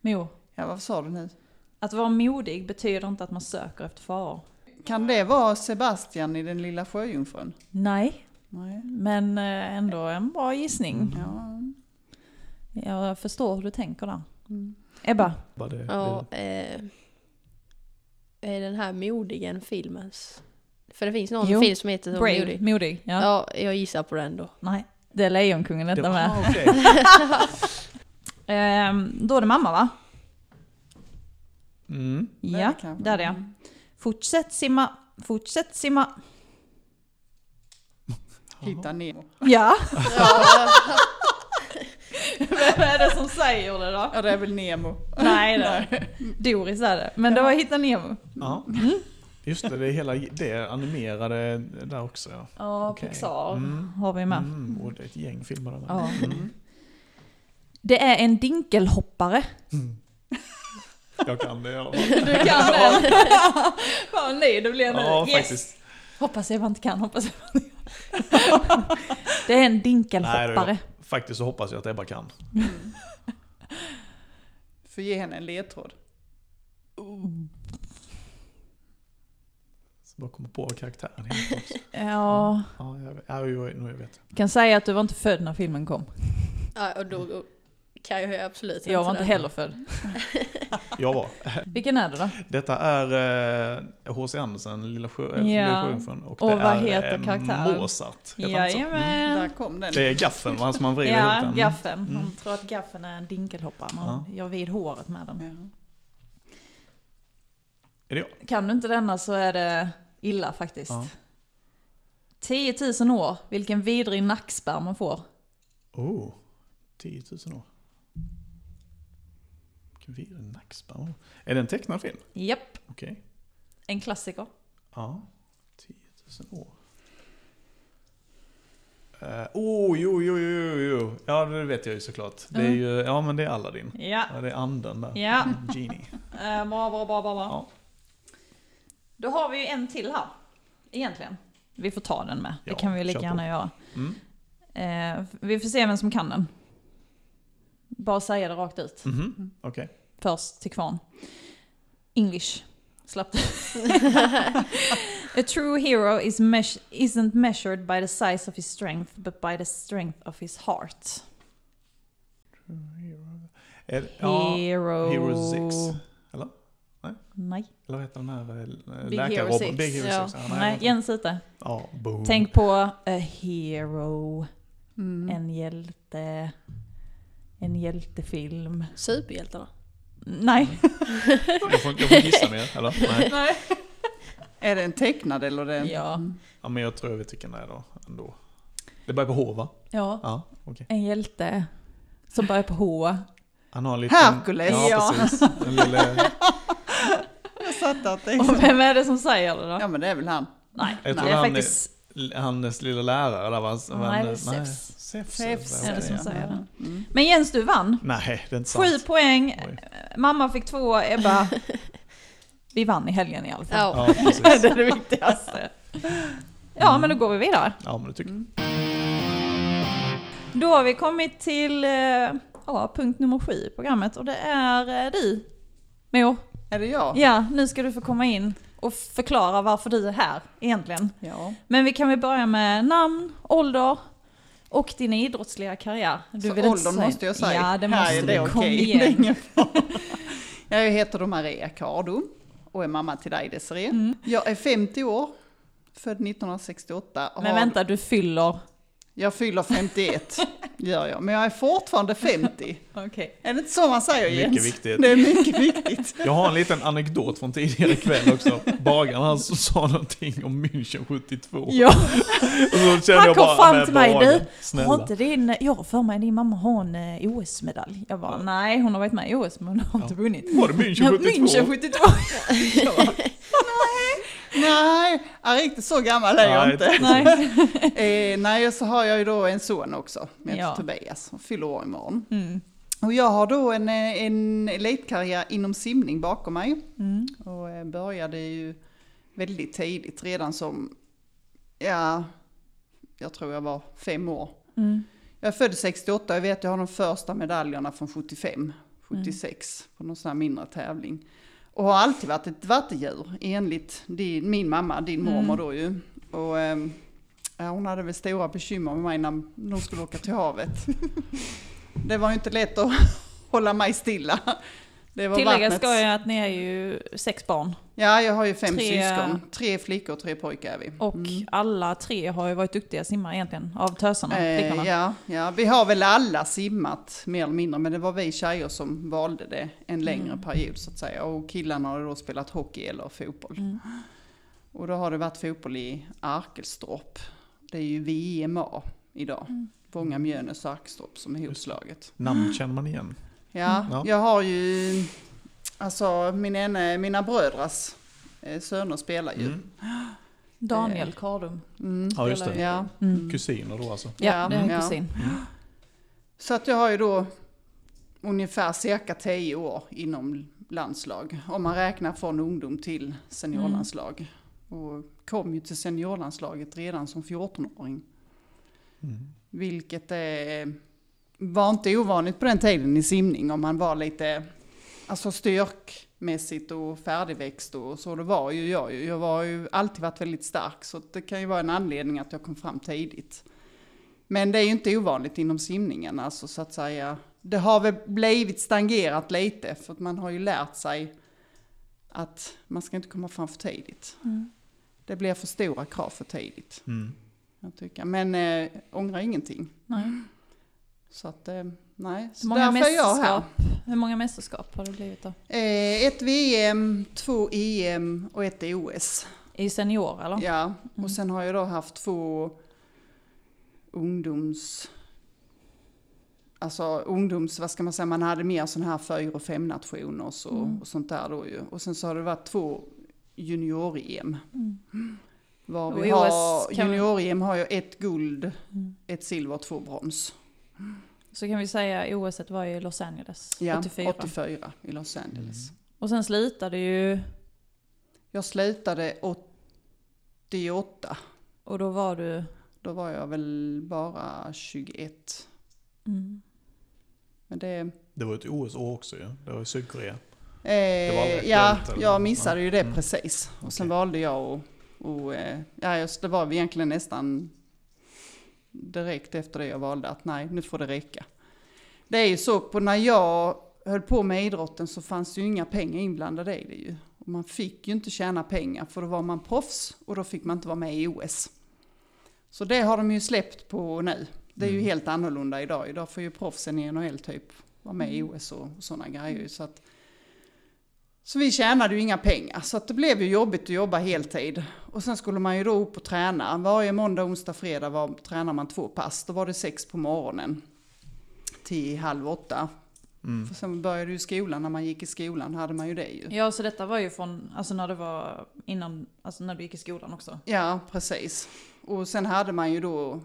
Mo,
ja, vad sa du nu?
att vara modig betyder inte att man söker efter faror.
Kan det vara Sebastian i Den lilla sjöjungfrun?
Nej,
Nej.
Mm.
men eh, ändå en bra gissning.
Ja.
Jag förstår hur du tänker där.
Mm.
Ebba,
Vad det,
Ja, eh, är den här modigen filmens? För det finns någon
Jo,
film som heter så
brave,
modig.
modig. Ja.
Ja, jag gissar på den då.
Nej, det är Lejonkungen
det, det,
detta
var-
med.
ah, okej.
Ehm, då är det mamma va?
mm.
Det är
ja,
det kanske.
där är jag. Fortsätt simma, fortsätt simma.
Hitta Nemo.
*laughs* *laughs* Ja,
Ja,
vem är det som säger det då?
ja, det är väl Nemo.
Nej, det Doris är det. Men det var Hitta Nemo. *laughs*
Ja. Just det, det är hela det animerade där också. Ja.
Ja,
Okej.
Pixar
Mm.
har vi med.
Mm, och det är ett gäng filmer där. med.
Ja.
Mm.
Det är en dinkelhoppare.
Mm.
*laughs*
Jag kan det. Ja,
Du kan den. *laughs* Fan nej, det blir nu.
ja
yes.
faktiskt.
Hoppas jag inte kan, hoppas jag inte kan. *laughs* Det är en dinkelhoppare.
Nej, Faktiskt så hoppas jag att Ebba kan.
För Mm. ge henne en ledtråd.
Så bara komma på vad karaktären heter också.
Ja,
Ja, jag vet. Ja, jo, jo, jag vet.
kan säga att du var inte född när filmen kom.
Ja, och då då kan jag ju absolut inte
Jag var inte
den.
heller född.
Jag var.
Vilken är det då?
Detta är eh, H.C. Andersen, Lilla, sjö, eh,
Ja.
Lilla Sjöjungfrun. Och,
Och
det
vad
är
heter
eh,
karaktären?
Mozart. heter han så? Mm.
Där
Jajamän!
kom den.
Det är gaffeln va, som man vrider ihop
Ja,
den.
gaffen.
Mm.
Hon tror att gaffen är en dinkelhoppare. Man gör vid håret med den.
Ja.
Är det jag?
Kan du inte denna så är det illa faktiskt.
Ja.
10 000 år, vilken vidrig nackspärr man får.
Oh, 10 000 år. Vilken vidrig nackspärr. Är det en tecknad film?
Japp,
Okej.
en klassiker.
Ja. 10 000 år. Eh, oh, jo, jo, jo, jo, jo. Ja, det vet jag ju såklart. Det är
Mm.
ju, ja men det är Aladdin.
Ja,
Ja, det är anden där.
Ja.
Genie.
eh, bra, bra, bra, bra. bra.
Ja.
Då har vi ju en till här, egentligen. Vi får ta den med,
Ja,
det kan vi ju lika
kör
gärna
på.
göra.
Mm.
Eh, vi får se vem som kan den. Bara säga det rakt ut,
Mhm. Okej.
först till kvarn. English.
*laughs*
Slapp A true hero is meas- isn't measured by the size of his strength, but by the strength of his heart.
Är- Ja,
Hero...
Hero Six. Eller?
Nej.
Eller vad heter den här eh,
Big Hero
läkarrobot-
Six.
Big Hero
Ja.
6. Ja,
Nej, Jens ute.
Ja, boom.
Tänk på a hero,
Mm.
en hjälte, en hjältefilm.
Superhjältarna.
Nej.
Jag får, jag får gissa mer, eller? Nej.
Nej.
Är det en tecknad eller? är Det en...
Ja.
Ja, men jag tror jag vet vilken det är då, ändå. Det börjar på H va?
Ja,
Ja, okej.
en hjälte som börjar på H.
Han har en liten...
Hercules,
Ja,
ja.
precis. En lille...
Jag satte att det
Och vem är det som säger det då?
Ja men det är väl han.
Nej,
Jag tror
det är
han är-
faktiskt
Hans lilla lärare där va? Han-
Nej, det är
nej,
Zeus.
Zeus.
Zeus
är det som
ja.
säger det.
Mm.
Men Jens, du vann.
Nej, det är inte sant.
Sju poäng.
Oj.
Mamma fick två,
*laughs*
Ebba... Vi vann i helgen i alla fall.
Ja.
Ja, precis.
*laughs* det är det viktigaste. Ja, men då går vi vidare.
Ja, men det tycker
Mm.
jag.
Då har vi kommit till eh, ja, punkt nummer sju i programmet och det är eh, du, Mo.
Är det jag?
Ja, nu ska du få komma in och förklara varför du är här egentligen.
Ja.
Men vi kan väl börja med namn, ålder och din idrottsliga karriär. Du
Så
vill inte
åldern måste jag säga.
Ja, det
Här
måste
är
du.
det
Kom
okej. Det är
igen.
*laughs* ingen fara. Jag heter då Maria Cardo och är mamma till dig Desirée.
Mm.
Jag är 50 år, född 1968.
Men
har-
vänta, du fyller...
Jag fyller
*laughs*
51, gör jag. Men jag är fortfarande 50.
Okej.
Är det inte så man säger
Mycket
Jens?
viktigt.
Det är mycket viktigt.
Jag har en liten anekdot från tidigare kväll också. Bagaren han så sa någonting om München 72.
Ja.
Och så kände
Han
jag
kom
bara,
fram
nej,
till mig,
Bagaren,
du, har
Snälla.
inte din, jag har för mig din mamma har en eh, OS-medalj. Jag bara,
Ja.
nej hon har varit med i OS men hon har inte vunnit.
Var det München 72?
München 72. Jag bara,
Nej, ja, riktigt så gammal är jag
Nej,
inte.
nej.
*laughs* Eh, nej, så har jag ju då en son också, med
Ja.
Tobias, som fyller år imorgon.
Mm.
Och jag har då en, eh, en elitkarriär inom simning bakom mig.
Mm.
Och eh, började ju väldigt tidigt, redan som, ja, jag tror jag var fem år.
Mm.
Jag är född 68, jag vet jag har de första medaljerna från 75, 76
Mm.
på någon sån här mindre tävling. Och har alltid varit ett vattendjur enligt din, min mamma, din
Mm.
mormor då ju. Och, ehm, ja, hon hade väl stora bekymmer med mig när de skulle åka till
*laughs*
havet. Det var ju inte lätt att *laughs* hålla mig stilla. Det var
Tillägga
vattnets-
ska jag att ni är ju sex barn
Ja, jag har ju fem
Tre-
syskon. Tre flickor och tre pojkar är vi. Mm.
och alla tre har ju varit duktiga simmare egentligen av tösarna, flickorna.
Eh, ja, ja, vi har väl alla simmat mer eller mindre, men det var vi tjejer som valde det
Mm.
en längre period så att säga. Och killarna har då spelat hockey eller fotboll.
Mm.
Och då har det varit fotboll i Arkelstorp. Det är ju VMA idag.
Mm.
Vånga, Mjölnäs och Arkelstorp som är hopslaget.
Namn känner man igen.
Ja,
Mm.
Ja.
jag har ju, alltså min ene, mina brödras eh, söner spelar ju.
Mm.
Daniel Kardum.
Mm.
Ja, just det.
Ja. Mm.
Kusiner då alltså.
Mm.
Mm.
Ja,
Ja,
det är en
ja.
kusin.
Så att jag har ju då ungefär cirka 10 år inom landslag. Om man räknar från ungdom till seniorlandslag. Och kom ju till seniorlandslaget redan som 14-åring.
Mm.
Vilket eh, var inte ovanligt på den tiden i simning om man var lite alltså styrkmässigt och färdigväxt och så. Det var ju jag ju. Jag har ju alltid varit väldigt stark så det kan ju vara en anledning att jag kom fram tidigt. Men det är ju inte ovanligt inom simningen alltså så att säga. Det har väl blivit stangerat lite för att man har ju lärt sig att man ska inte komma fram för tidigt.
Mm.
Det blir för stora krav för tidigt.
Mm.
Jag tycker. Men eh, ångrar ingenting.
Nej.
Så att, eh, nej. Så
Hur, många
därför är jag här.
mästerskap, hur många mästerskap har det blivit då?
Eh, ett VM, två EM och ett OS.
I senior eller?
Ja,
Mm.
och sen har jag då haft två ungdoms... Alltså ungdoms, vad ska man säga, man hade mer sådana här fyra och fem nationer och, så,
Mm.
och sånt där då ju. Och sen så har det varit två junior-EM.
Mm.
Var
Och
vi
i OS
har,
kan vi-
junior-EM har jag ett guld,
Mm.
ett silver och två brons.
Så kan vi säga OS var ju Los Angeles
Ja,
84.
84 i Los Angeles.
Och sen slutade ju,
Jag slutade 88.
och då var du...
Då var jag väl bara 21.
Mm.
Men det... Eh,
Det var ett OS-år också ju. Det var i Sydkorea. var aldrig
ja,
aktuellt, eller?
jag missade ju det
Mm.
precis. Och sen
Okej.
valde jag att... Och, eh, ja, just, det var väl egentligen nästan direkt efter det jag valde att nej, nu får det räcka. Det är ju så, på när jag höll på med idrotten så fanns det ju inga pengar inblandade i det ju. Och man fick ju inte tjäna pengar för då var man proffs och då fick man inte vara med i OS. Så det har de ju släppt på nu. Det är ju
Mm.
helt annorlunda idag. Idag får ju proffsen i NHL typ vara med i OS och, och sådana grejer. ju. Så att Så vi tjänade ju inga pengar, så att det blev ju jobbigt att jobba heltid. Och sen skulle man ju då upp och träna. Varje måndag, onsdag, fredag var, tränade man två pass. Då var det sex på morgonen till halv åtta.
Mm.
För sen började ju skolan, när man gick i skolan hade man ju det ju.
Ja, så detta var ju från, alltså när det var innan, alltså när du gick i skolan också.
Ja, precis. Och sen hade man ju då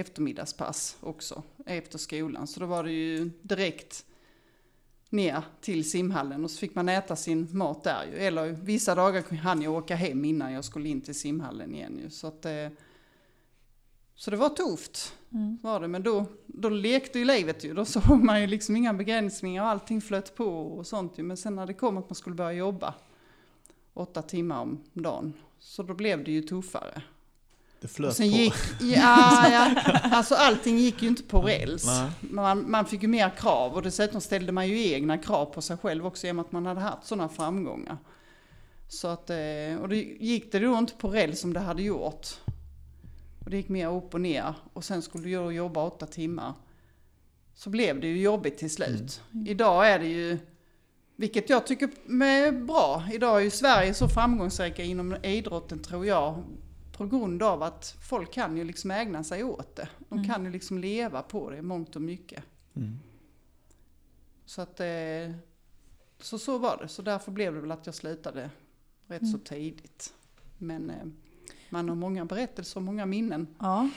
eftermiddagspass också efter skolan. Så då var det ju direkt ner till simhallen och så fick man äta sin mat där ju. Eller vissa dagar hann jag åka hem innan jag skulle in till simhallen igen ju. Så, att, eh, så det var tufft
Mm.
var det. Men då, då lekte ju livet ju. Då såg man ju liksom inga begränsningar och allting flöt på och sånt ju. Men sen när det kom att man skulle börja jobba åtta timmar om dagen. Så då blev det ju tuffare.
Det
Och
flöt på.
sen gick,
*laughs*
ja, ja, alltså allting gick ju inte på räls.
Nej.
Man, man fick ju mer krav och dessutom ställde man ju egna krav på sig själv också i och med att man hade haft sådana framgångar. Så att, eh, och det gick det då inte på räls som det hade gjort. Och det gick mer upp och ner och sen skulle jag jobba åtta timmar. Så blev det ju jobbigt till slut. Idag är det ju, vilket jag tycker är bra, idag är ju Sverige så framgångsrika inom idrotten tror jag på grund av att folk kan ju liksom ägna sig åt det. De
Mm.
kan ju liksom leva på det i mångt och mycket.
Mm.
Så att eh, så, så var det. Så därför blev det väl att jag slutade rätt
Mm.
så tidigt. Men eh, man har många berättelser och många minnen.
Ja.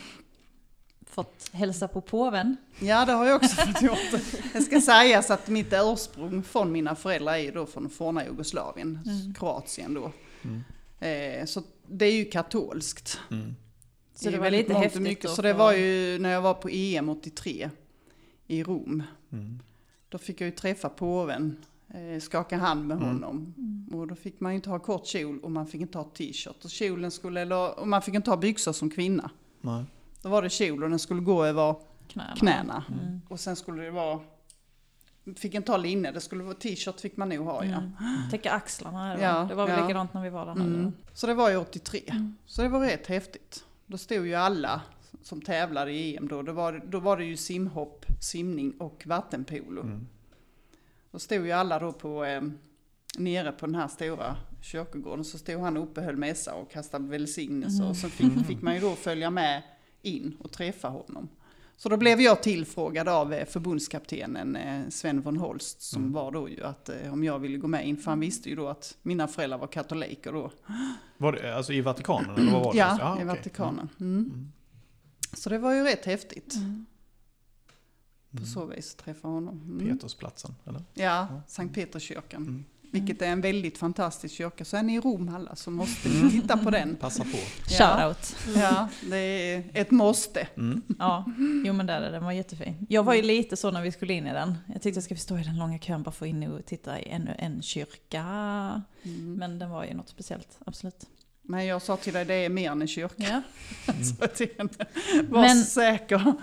Fått hälsa på påven.
Ja, det har jag också
*laughs*
fått gjort. Det ska sägas att mitt ursprung från mina föräldrar är ju då från forna Jugoslavien,
Mm.
Kroatien då.
Mm.
Eh, så det är ju katolskt.
Mm.
Så det
är
var
väldigt
lite
mångt och
häftigt
mycket.
då
Så det
för-
var ju när jag var på EM 83 i Rom.
Mm.
Då fick jag ju träffa påven, eh, skaka hand med
Mm.
honom. Och då fick man ju inte ha kort kjol och man fick inte ha t-shirt. Och, kjolen skulle, eller, och man fick inte ha byxor som kvinna.
Nej.
Då var det kjol och den skulle gå över
Knäna.
knäna.
Mm.
Och sen skulle det vara, fick inte ha linne, det skulle vara t-shirt fick man nog ha ja.
Mm. Täcka axlarna.
Ja,
Ja, det var väl
ja.
likadant när vi var där nu.
Mm. Så det var ju 83, så det var rätt häftigt. Då stod ju alla som tävlade i EM då, då var, då var det ju simhopp, simning och vattenpolo.
Mm.
Då stod ju alla då på, eh, nere på den här stora kyrkogården, så stod han uppe och höll mässa och kastade välsignelser.
Mm.
Och så fick, fick man ju då följa med in och träffa honom. Så då blev jag tillfrågad av eh, förbundskaptenen eh, Sven von Holst, som
Mm.
var då ju att eh, om jag ville gå med in, för han visste ju då att mina föräldrar var katoliker då.
Var det, alltså i Vatikanen? Eller vad var det?
Ja,
Ah,
i
okej.
Vatikanen. Mm.
Mm.
Så det var ju rätt häftigt. På
Mm.
så vis träffa honom. Mm.
Petersplatsen, eller?
Ja, Sankt Peterskyrkan.
Mm.
Vilket är en väldigt fantastisk kyrka. Så är ni i Rom alla så måste
Mm.
ni titta
*laughs*
på den.
Passa på.
Ja.
Shoutout.
Ja, det är ett måste.
Mm.
Ja, jo men där är den var jättefin. Jag var ju lite så när vi skulle in i den. Jag tyckte jag ska vi stå i den långa kön bara få in och titta i ännu en kyrka.
Mm.
Men den var ju något speciellt, absolut.
Men jag sa till dig, det är mer än en kyrka.
Ja.
*laughs* Så att igen, var
Mm. Men-
säker.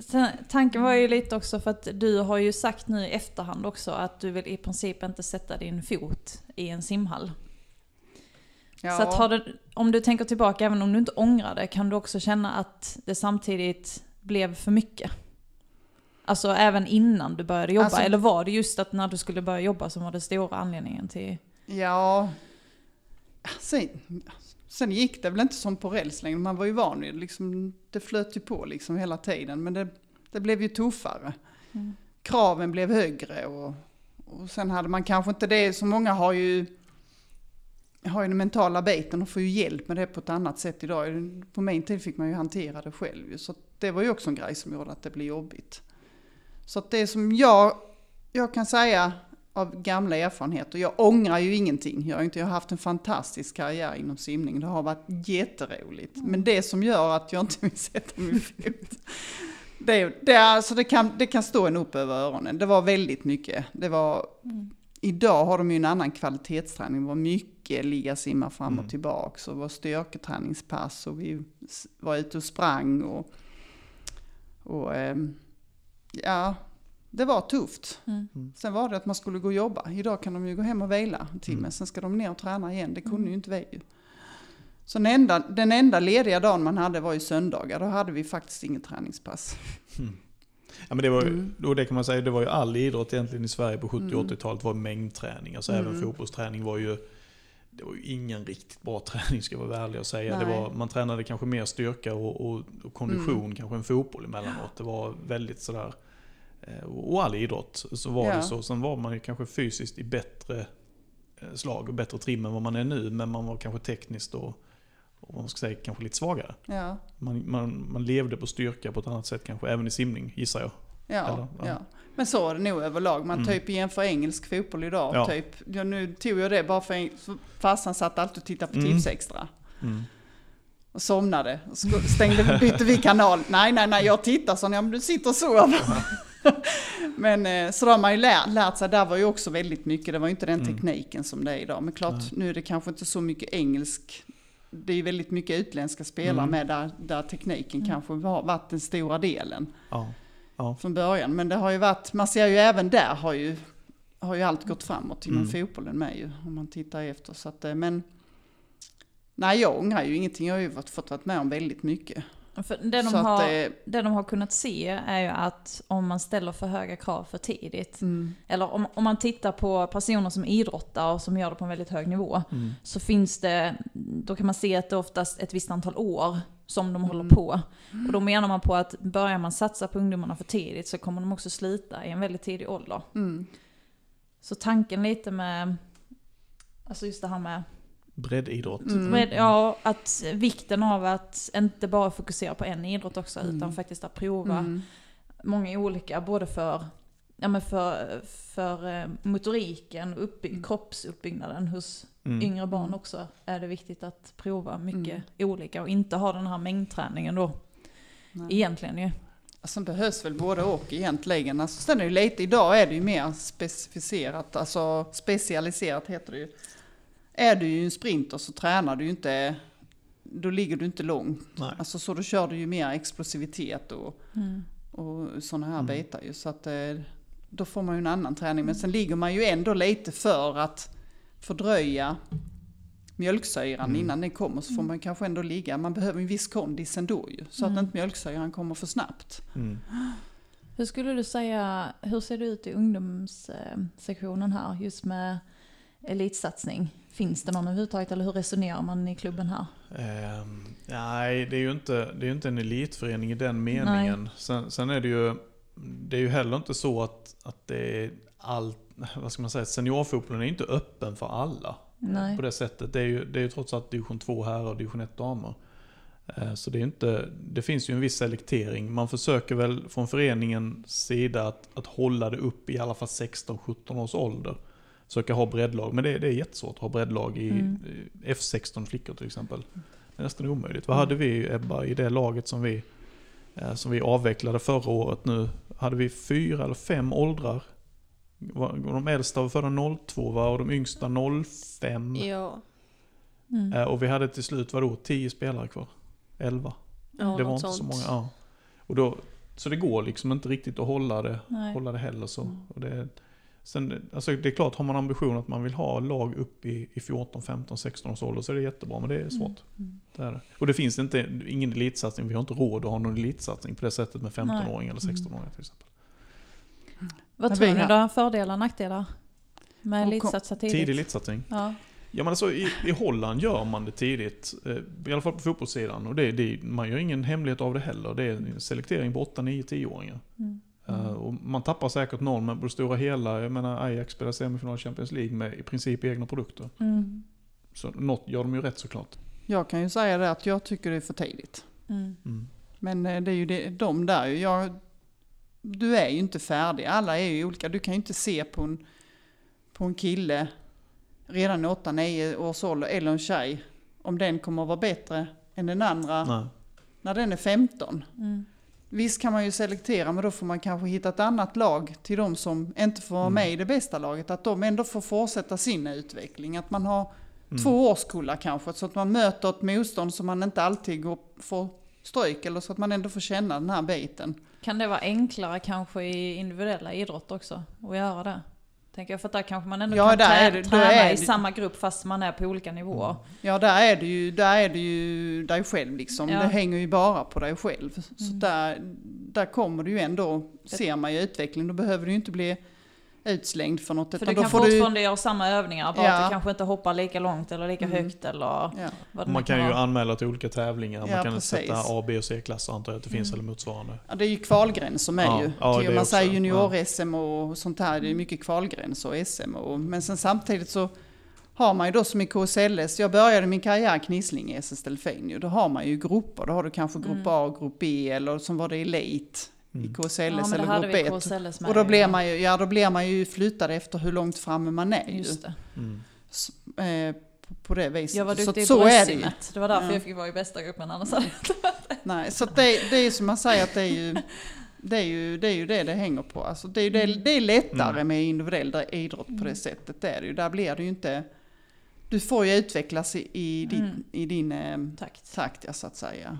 Sen, tanken var ju lite också för att du har ju sagt nu i efterhand också att du vill i princip inte sätta din fot i en simhall.
Ja,
Så att har du, om du tänker tillbaka, även om du inte ångrar det, kan du också känna att det samtidigt blev för mycket? Alltså även innan du började jobba,
Alltså-
eller var det just att när du skulle börja jobba som var det stora anledningen till...
ja. Sen, sen gick det väl inte som på räls längre. Man var ju van vid det. liksom, det. flöt ju på liksom hela tiden. Men det, det blev ju tuffare.
Mm.
Kraven blev högre. Och, och sen hade man kanske inte det. Så många har ju har ju den mentala biten och får ju hjälp med det på ett annat sätt idag. På min tid fick man ju hantera det själv. ju. Så det var ju också en grej som gjorde att det blev jobbigt. Så att det som jag, jag kan säga av gamla erfarenheter, jag ångrar ju ingenting. Jag har, inte, jag har haft en fantastisk karriär inom simning. Det har varit jätteroligt. Men det som gör att jag inte vill *laughs* sätta min fot, det, är- det, är- alltså det, kan, det kan stå en upp över öronen. Det var väldigt mycket. Det var Idag har de ju en annan kvalitetsträning. Det var mycket ligga, simma fram och
Mm.
tillbaks och det var styrketräningspass och vi s- var ute och sprang och, och ehm, ja, det var tufft.
Mm.
Mm.
Sen var det att man skulle gå och jobba. Idag kan de ju gå hem och vila en timme,
Mm.
sen ska de ner och träna igen. Det kunde ju inte vi. ju. Så den enda, den enda lediga dagen man hade var ju söndagar. Då hade vi faktiskt inget träningspass.
Mm. Ja, men det, var ju,
Mm.
och det kan man säga, det var ju all idrott egentligen i Sverige på 70 och
Mm.
80-talet var mängdträning. Alltså
Mm.
även fotbollsträning var ju det var ju ingen riktigt bra *laughs* träning ska jag vara ärlig och säga. Det
Nej. Mm.
var, man tränade kanske mer styrka och, och, och kondition kanske än fotboll emellanåt. Det var väldigt sådär... eh, Och all idrott så var
Ja.
det så. Sen var man ju kanske fysiskt i bättre eh, slag och bättre trim än vad man är nu. Men man var kanske tekniskt och, och vad man ska säga, kanske lite svagare.
Ja,
Man, man, man levde på styrka på ett annat sätt kanske, även i simning gissar jag.
ja,
Eller, ja.
ja. Men så är det nog överlag. Man
Mm.
typ jämför engelsk fotboll idag.
Ja.
Typ. Ja, nu tog jag det bara för en- för farsan satt alltid och tittade på
Mm.
Tips Extra. Och somnade. Och sko- stängde, bytte vi kanal. Nej, nej, nej, jag tittar så jag, men du sitter och sover. *laughs* Men eh, så då har man ju lärt, lärt sig, där var ju också väldigt mycket, det var ju inte den
Mm.
tekniken som det är idag. Men klart,
Nej.
nu är det kanske inte så mycket engelsk, det är ju väldigt mycket utländska spelare
Mm.
med där, där tekniken
Mm.
kanske har varit den stora delen
Ja.
från början. Men det har ju varit, man ser ju även där har ju, har ju allt gått framåt inom
Mm.
fotbollen med ju, om man tittar efter. Så att, eh, men nej, jag ångrar ju ingenting. Jag har ju varit, fått vara med om väldigt mycket.
För det, de
så
har,
att, eh,
det de har kunnat se är ju att om man ställer för höga krav för tidigt,
mm,
eller om, om man tittar på personer som idrottar och som gör det på en väldigt hög nivå,
Mm.
så finns det, då kan man se att det är oftast ett visst antal år som de håller
Mm.
på. Och då menar man på att börjar man satsa på ungdomarna för tidigt så kommer de också slita i en väldigt tidig ålder.
mm,
Så tanken lite med, alltså just det här med,
Breddidrott.
Mm.
med ja, att vikten av att inte bara fokusera på en idrott också utan faktiskt att prova
mm,
många olika, både för, ja, men för, för eh, motoriken, uppby- kroppsuppbyggnaden hos
Mm.
yngre barn
Mm.
också är det viktigt att prova mycket olika och inte ha den här mängdträningen då
nej.
egentligen ju.
Alltså det behövs väl både och egentligen. Alltså, sen är det ju lite, idag är det ju mer specificerat, alltså specialiserat heter det ju. Är du ju en sprinter så tränar du ju inte, då ligger du inte långt.
Nej.
Alltså så då kör du ju mer explosivitet och och sådana här
Mm.
bitar ju. Så att eh, då får man ju en annan träning. Men sen ligger man ju ändå lite för att fördröja mjölksyran
Mm.
innan den kommer. Så får man kanske ändå ligga. Man behöver en viss kondis ändå ju. Så
Mm.
att inte mjölksyran kommer för snabbt.
Mm.
Hur skulle du säga, hur ser det ut i ungdomssektionen här just med elitsatsning? Finns det någon överhuvudtaget eller hur resonerar man i klubben här?
Ehm, nej, det är ju inte, det är ju inte en elitförening i den meningen. Sen, sen är det ju det är ju heller inte så att, att det är allt, vad ska man säga, seniorfotbollen är ju inte öppen för alla.
Nej.
På det sättet. Det är ju, det är ju trots allt division 2 här och division 1 damer. Eh, Så det, är ju inte, det finns ju en viss selektering. Man försöker väl från föreningens sida att, att hålla det upp i alla fall 16-17 års ålder. Försöka ha breddlag, men det, det är jättesvårt att ha breddlag i
Mm.
eh, F16 flickor till exempel. Det är nästan
Mm.
omöjligt. Vad hade vi Ebba i det laget som vi, eh, som vi avvecklade förra året nu? Hade vi fyra eller fem åldrar? Var- De äldsta var födda 02 va? och de yngsta 05.
Ja,
Mm.
Eh, Och vi hade till slut, vadå, 10 spelare kvar? 11?
ja
det var
något
inte
sånt.
så många. Ja. Och då, så det går liksom inte riktigt att hålla det,
Nej.
hålla det heller. Så.
Mm.
Och det, sen, alltså det är klart, har man ambition att man vill ha lag upp i, i 14, 15, 16 års ålder så är det jättebra, men det är svårt.
Mm.
Det är det. Och det finns inte, ingen elitsatsning, vi har inte råd att ha någon elitsatsning på det sättet med 15-åringar eller 16-åringar till exempel.
Vad
Men
tror
vi
ni
har-
då? Fördelar och nackdelar? Med
Och kom-
elitsatsa
Mm.
tidigt?
Tidig elitsatsning.
Ja.
Ja, men alltså, i, I Holland gör man det tidigt, eh, i alla fall på fotbollssidan. Och det, det, man gör ingen hemlighet av det heller. Det är en selektering på 8, 9, 10-åringar.
Mm.
Eh, och man tappar säkert någon, men på det stora hela, jag menar Ajax spelar semifinal i Champions League med i princip egna produkter.
Mm.
Så något gör de ju rätt såklart.
Jag kan ju säga det att jag tycker det är för tidigt.
Mm.
Mm.
Men eh, det är ju det, de där ju. Jag, du är ju inte färdig. Alla är ju olika. Du kan ju inte se på en, på en kille redan i 8-9 års ålder eller en tjej om den kommer att vara bättre än den andra
Nej.
när den är 15.
Mm.
Visst kan man ju selektera men då får man kanske hitta ett annat lag till de som inte får vara
Mm.
med i det bästa laget. Att de ändå får fortsätta sin utveckling. Att man har
Mm.
två årskullar kanske. Så att man möter ett motstånd som man inte alltid går, får stryk eller så att man ändå får känna den här biten.
Kan det vara enklare kanske i individuella idrott också att göra det?
Tänker jag, för att där kanske man ändå
Ja,
kan
där
trä-
är det- då
träna
är
i
det- Mm.
samma grupp fast man är på olika nivåer.
Ja, där är du ju, där är du ju dig själv liksom.
Ja. Mm.
Det hänger ju bara på dig själv. Så där, där kommer du ju ändå, ser man ju utvecklingen, då behöver du ju inte bli utslängd för något.
För
utan
du
då
kan
får du-
fortfarande göra samma övningar, bara att
Ja. Mm.
du kanske inte hoppar lika långt eller lika högt eller
Ja.
vad det
Man
nu
kan ju
vara.
anmäla till olika tävlingar, man
Ja,
kan
precis. Mm.
sätta A, B och C-klasser antar jag att det finns eller motsvarande.
Ja, det är ju kvalgränser med
Ja,
ju.
ja,
Till-
det
man
också,
säger
ja. Mm.
junior-SM och sånt här, det är mycket kvalgränser och SM. Och, men sen samtidigt så har man ju då som i KSLS, jag började min karriär knissling i SS Delfin ju. Då har man ju grupper, då har du kanske grupp
Mm.
A och grupp B eller som var det Elite
Mm.
i KSLS
Ja, men det
eller
hade
grupp
vi
1.
KSLS med.
Och då blir
ja.
man ju, ja, då blir man ju flyttad efter hur långt framme man är ju.
Just det.
Mm.
S- eh, på- på det viset.
Jag var
så,
duktig
att så
i
är det ju.
bröstsimmet. Det var därför
Ja.
jag fick vara i bästa gruppen, annars hade jag inte
Nej, så att det, det är ju som man säger att det är ju det är ju det, är ju det, det hänger på. Alltså det, är ju det, det är lättare med individuell idrott på
Mm.
det sättet. Det är det ju. Där blir det ju inte... Du får ju utvecklas i, i din,
Mm.
i din eh,
takt.
takt, ja, så att säga.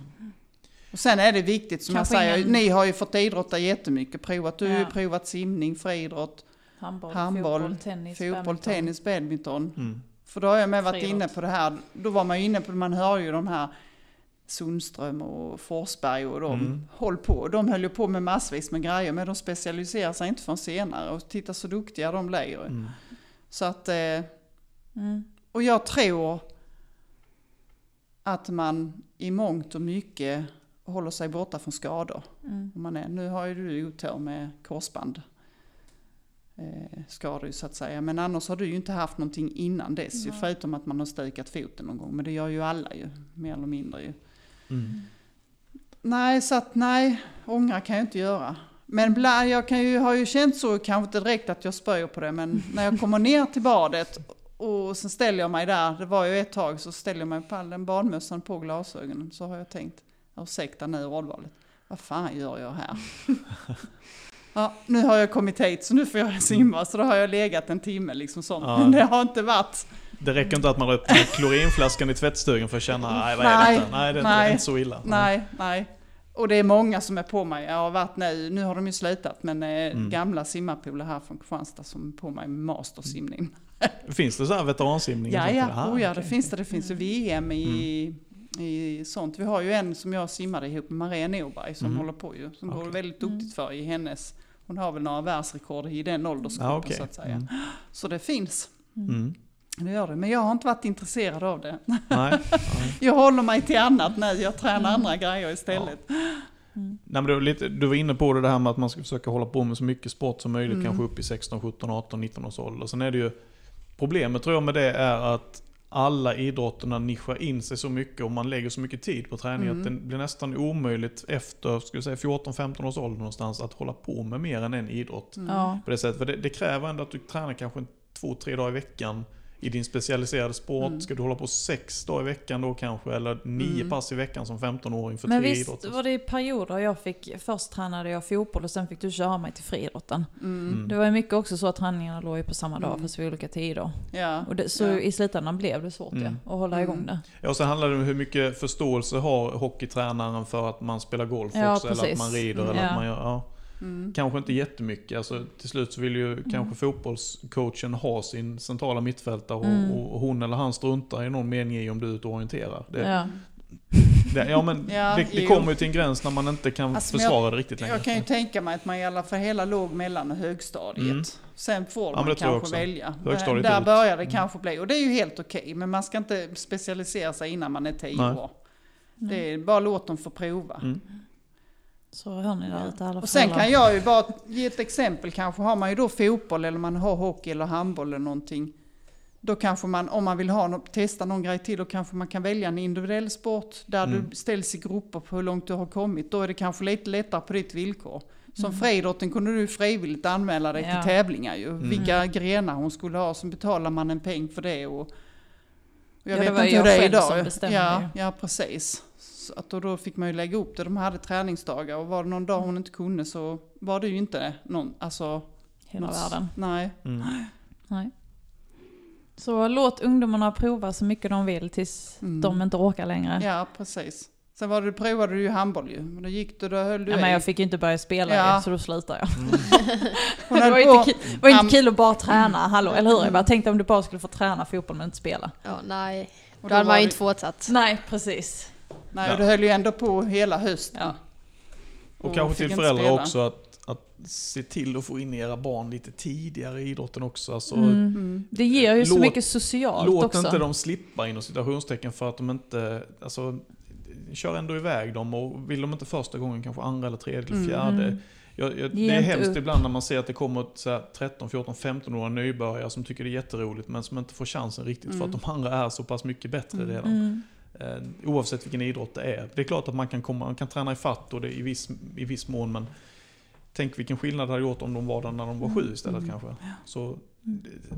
Och sen är det viktigt, som
Kanske
jag säger,
ingen-
ni har ju fått idrotta jättemycket. Provat, du har ju
Ja.
provat simning, friidrott,
Handboll,
Handboll,
fotboll, tennis,
fotboll,
badminton.
tennis, badminton.
Mm.
För då har jag med varit
Friidrott.
inne på det här, då var man ju inne på, man hör ju de här Sundström och Forsberg och de
Mm.
håll på. De höll ju på med massvis med grejer men de specialiserar sig inte förrän senare och titta så duktiga de blir ju.
Mm.
Så att, eh,
Mm.
och jag tror att man i mångt och mycket håller sig borta från skador.
Mm.
Om man är. Nu har ju du otur med korsband. Eh, skador ju så att säga. Men annars har du ju inte haft någonting innan dess. Ju,
Nej.
förutom att man har stukat foten någon gång. Men det gör ju alla ju. Mer eller mindre ju.
Mm.
Nej, så att nej. Ångra kan jag inte göra. Men bla, jag kan ju, har ju känt så, kanske inte direkt att jag spöjer på det. Men när jag kommer ner till badet och sen ställer jag mig där. Det var ju ett tag så ställer jag mig på den badmössan på glasögonen. Så har jag tänkt, ursäkta nu ordvalet. Vad fan gör jag här? Ja, nu har jag kommit hit så nu får jag simma. Så då har jag legat en timme liksom sånt.
Ja.
Men det har inte varit...
Det räcker inte att man öppnar klorinflaskan i tvättstugan för att känna, nej vad är
Nej,
detta? Nej, det är, Inte, det är
nej,
inte så illa.
Nej, nej. Och det är många som är på mig. Jag har varit nu, nu har de ju slutat, men eh,
Mm.
gamla simmarpooler här från Kristianstad som är på mig med mastersimning.
Finns det så här veteransimning?
Ja, ja,
Ah,
oh, ja det
okej. Mm.
finns det. Det finns ju VM i, i sånt. Vi har ju en som jag simmade ihop med, Maria Norberg, som
Mm.
håller på ju. Som går
Okej.
väldigt
Mm.
duktigt för i hennes, hon har väl några världsrekord i den åldersgruppen
Ja, okej.
så att säga.
Mm.
Så det finns.
Mm.
Det gör det, men jag har inte varit intresserad av det. *laughs*
Nej. nej.
Jag håller mig till annat nu, jag tränar
Mm.
andra grejer istället.
Nej, men det var lite, du var inne på det, det här med att man ska försöka hålla på med så mycket sport som möjligt,
Mm.
kanske upp i 16, 17, 18, 19 års ålder. Sen är det ju, problemet tror jag med det är att alla idrotterna nischar in sig så mycket och man lägger så mycket tid på träning
Mm.
att det blir nästan omöjligt efter ska vi säga, 14-15 års ålder någonstans att hålla på med mer än en idrott.
Mm.
Ja.
På det, sättet. För det, det kräver ändå att du tränar kanske en- två, tre dagar i veckan i din specialiserade sport. Ska du hålla på sex dagar i veckan då kanske? Eller nio pass i veckan som 15-åring för
Men
tre
visst
idrotter?
var det i perioder jag fick, först tränade jag fotboll och sen fick du köra mig till friidrotten.
Mm.
Det var ju mycket också så att träningarna låg ju på samma dag
Mm.
fast vid olika tider.
Ja.
Och det, så
Ja.
i slutändan blev det svårt
Mm.
ja, att hålla
Mm.
igång det.
Ja, och sen handlar det om hur mycket förståelse har hockeytränaren för att man spelar golf
Ja,
också, eller att
precis.
man rider,
Mm.
eller att
Ja.
man gör... Ja,
Mm.
kanske inte jättemycket. Alltså, till slut så vill ju kanske fotbollscoachen ha sin centrala mittfältare och,
Mm.
och hon eller han struntar i någon mening i om du är ute och orienterar. Det,
Ja. Mm.
det, ja, men
Ja,
det, det
jo.
kommer ju till en gräns när man inte kan
Alltså, men jag-
försvara det riktigt längre.
Jag kan ju tänka mig att man i alla fall hela låg mellan och högstadiet.
Mm.
Sen får
men
man
det tror jag
kanske
också.
välja.
Högstadiet
där
ut. Mm.
börjar det kanske bli, och det är ju helt okej, men man ska inte specialisera sig innan man är tio
Nej.
år. Det är bara låt dem få prova.
Mm.
Så hör ni där ute alla
Och sen
föräldrar.
kan jag ju bara ge ett exempel kanske. Har man ju då fotboll eller man har hockey eller handboll eller någonting. Då kanske man, om man vill ha, nå- testa någon grej till, då kanske man kan välja en individuell sport där
Mm.
du ställs i grupper på hur långt du har kommit. Då är det kanske lite lättare på ditt villkor. Som friidrotten kunde du frivilligt anmäla dig
Mm. Ja.
till tävlingar ju. Vilka grenar hon skulle ha, så betalar man en peng för det. Och, och jag
Ja, det
vet
var
inte
jag
hur det är
själv
idag.
som
ju.
bestämde
ja, ja, precis. Så att då, då fick man ju lägga upp det. De hade träningsdagar och var det någon dag hon inte kunde så var det ju inte någon, alltså,
Hela
något-
världen.
Nej. *laughs*
Mm.
Nej. Så låt ungdomarna prova så mycket de vill tills
Mm.
de inte orkar längre.
Ja, precis. Sen var det, provade du ju handboll ju, men då gick du, då höll du
Ja,
i.
men jag fick ju inte börja spela
Ja.
ju, så då slutade jag.
Hon
*laughs*
*laughs*
det var
höll
ju
på, Mm.
inte kul, var ju
Am-
inte kul att bara träna, hallå, eller hur? Jag bara tänkte om du bara skulle få träna fotboll men inte spela.
Ja, nej.
och
Då,
då
hade
var
man
det-
ju inte fortsatt.
Nej, precis.
Nej, och du höll ju ändå på hela hösten.
Ja.
Och,
Och
kanske
fick
till
inte
föräldrar
spela.
också att, att se till att få in era barn lite tidigare i idrotten också. Alltså,
Mm.
Mm.
Det ger ju så
Låt-
mycket socialt
Låt
också.
inte dem slippa inom citationstecken för att de inte, alltså, kör ändå iväg dem och vill de inte första gången kanske andra eller tredje eller
Mm.
fjärde.
Mm.
Jag, jag,
Ge
det är
inte
hemskt
upp.
ibland när man ser att det kommer ett så här 13, 14, 15 åriga nybörjare som tycker det är jätteroligt men som inte får chansen riktigt för
Mm.
att de andra är så pass mycket bättre
Mm.
redan.
Mm.
Eh, oavsett vilken idrott det är. Det är klart att man kan, komma, man kan träna i fatt och det i viss, i viss mån men tänk vilken skillnad det hade gjort om de var där när de var sju istället
Mm.
kanske. Så eh,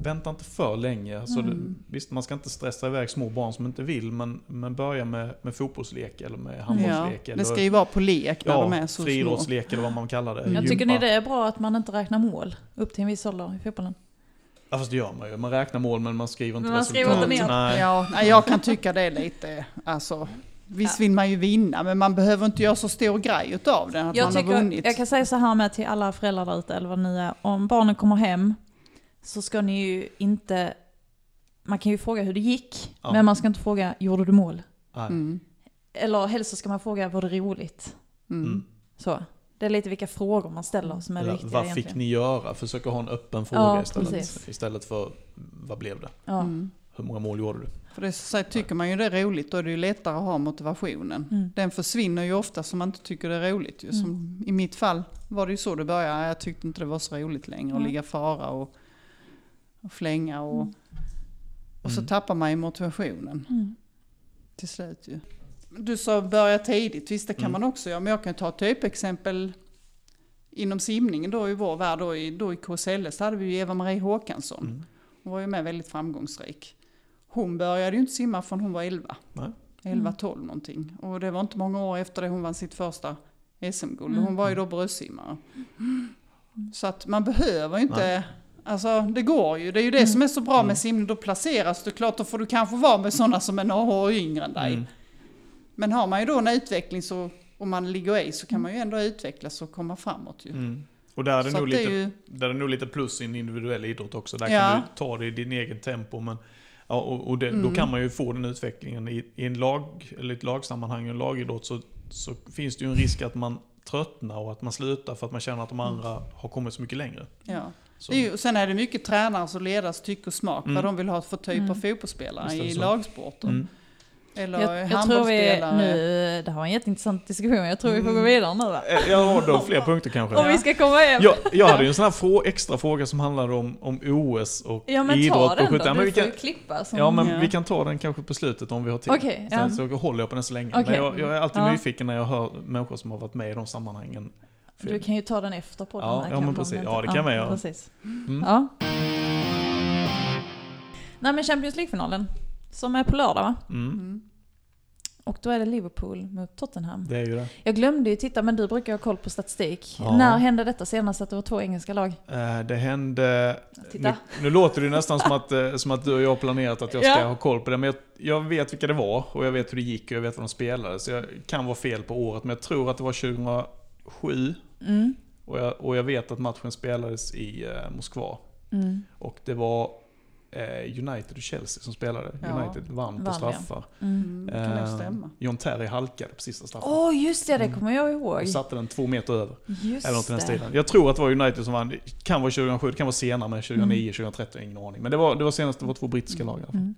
vänta inte för länge. Alltså,
Mm.
det, visst, man ska inte stressa iväg små barn som inte vill men, men börja med, med fotbollslek eller med handbollslek.
Ja,
eller,
det ska ju vara på lek när de är
ja,
så små.
friidrottslek eller vad man kallar det.
Mm.
Jag
Gympa.
tycker ni det är bra att man inte räknar mål upp till en viss ålder i fotbollen?
Ja fast det gör man ju. Man räknar mål men man skriver inte
Men man skriver
inte
ner.
Nej.
Ja, nej, jag kan tycka det är lite, alltså. Visst vill man ju vinna, men man behöver inte göra så stor grej utav det, att
jag,
man har vunnit.
tycker, jag kan säga så här med till alla föräldrar där ute, eller vad ni är. Om barnen kommer hem så ska ni ju inte... Man kan ju fråga hur det gick,
Ja.
men man ska inte fråga gjorde du mål?
Nej.
Mm.
Eller helst så ska man fråga var det roligt?
Mm.
Mm.
Så. Det är lite vilka frågor man ställer som är det
Eller,
viktiga
vad
egentligen.
fick ni göra? Försöka ha en öppen fråga
Ja,
istället.
precis.
Istället för vad blev det?
Ja.
Mm.
Hur många mål gjorde du?
För det är så, så här, tycker man ju det är roligt, då är det ju lättare att ha motivationen.
Mm.
Den försvinner ju ofta som man inte tycker det är roligt. Ju. Som I mitt fall var det ju så det började. Jag tyckte inte det var så roligt längre att
Nej.
ligga fara och, och flänga. Och, och så
Mm.
tappar man ju motivationen
Mm.
till slut ju. Du sa börja tidigt, visst det kan
Mm.
man också göra. Men jag kan ta typexempel inom simningen då i vår värld, då i, då i KSLS hade vi ju Eva-Marie Håkansson.
Mm.
Hon var ju med väldigt framgångsrik. Hon började ju inte simma förrän hon var 11.
Nej.
11-12 någonting. Och det var inte många år efter det hon vann sitt första SM-guld. Hon var ju då bröstsimmare. Så att man behöver ju inte...
Nej. Mm.
Alltså det går ju. Det är ju det som är så bra med simning. Då placeras du klart. Då får du kanske vara med sådana som är några år yngre än dig.
Mm.
Men har man ju då en utveckling så... Om man ligger i så kan man ju ändå utvecklas och komma framåt ju.
Mm. Och där är, det
Så
nog
att det är
lite,
ju-
där är det nog lite plus i en individuell idrott också. Där
Ja. Mm.
kan du ta det i din egen tempo. Men, ja, och och det, då kan man ju få den utvecklingen. I, i en lag, eller ett lagsammanhang, en lagidrott, så, så finns det ju en risk att man tröttnar och att man slutar för att man känner att de andra har kommit så mycket längre.
Ja.
Så,
Det är ju, sen är det mycket tränarens och ledarens tycke och smak,
Mm.
vad de vill ha för typ av
Mm.
fotbollsspelare
Visst är det
i
så.
lagsporten.
mm.
Eller
Jag, jag tror vi
handbollsspelare.
nu, det här var en jätteintressant diskussion, jag tror vi får gå vidare nu va?
Eh, Jag har då fler punkter kanske.
Om vi ska komma *laughs* hem.
Jag, jag hade ju en sån här frå, extra fråga som handlade om, om OS och
Ja men
idrott
ta den
och
då,
skytte. Ja,
du
men vi
får
kan,
ju klippa. Som...
ja, men
Ja.
vi kan ta den kanske på slutet om vi har tid.
Okej, ja.
Sen så håller jag på den så länge. Men
Okej.
jag, jag är alltid
Ja.
nyfiken när jag hör människor som har varit med i de sammanhangen. För-
Du kan ju ta den efter på
Ja,
den här
ja, men
kanske, om
precis.
inte-
Ja, det kan vi göra.
Precis.
Mm.
Ja. Nej men Champions League-finalen, som är på lördag va?
Mm.
Mm.
Och då är det Liverpool mot Tottenham.
Det är ju det.
Jag glömde ju titta, men du brukar ju ha koll på statistik.
Ja.
När hände detta senast att det var två engelska lag?
Eh, Det hände...
Titta.
Nu, nu låter det ju nästan som att, eh, som att du och jag har planerat att jag ska
Ja.
ha koll på det. Men jag, jag vet vilka det var och jag vet hur det gick och jag vet vad de spelade. Så jag kan vara fel på året. Men jag tror att det var 2007.
Mm.
Och jag, och jag vet att matchen spelades i eh, Moskva.
Mm.
Och det var eh, United och Chelsea som spelade.
Ja.
United vann på
Vann, ja.
straffar.
Mm.
Mm, det kan nog
Eh,
stämma.
John Terry halkade på sista straffen.
Åh just det, det kommer jag ihåg.
Och satte den två meter över.
Just
Eller något i den
det.
stilen. Jag tror att det var United som vann. Det kan vara 2007, det kan vara senare, men 2009,
Mm.
2013, ingen aning. Men det var, det var senast det var två brittiska lag i alla fall.
Mm.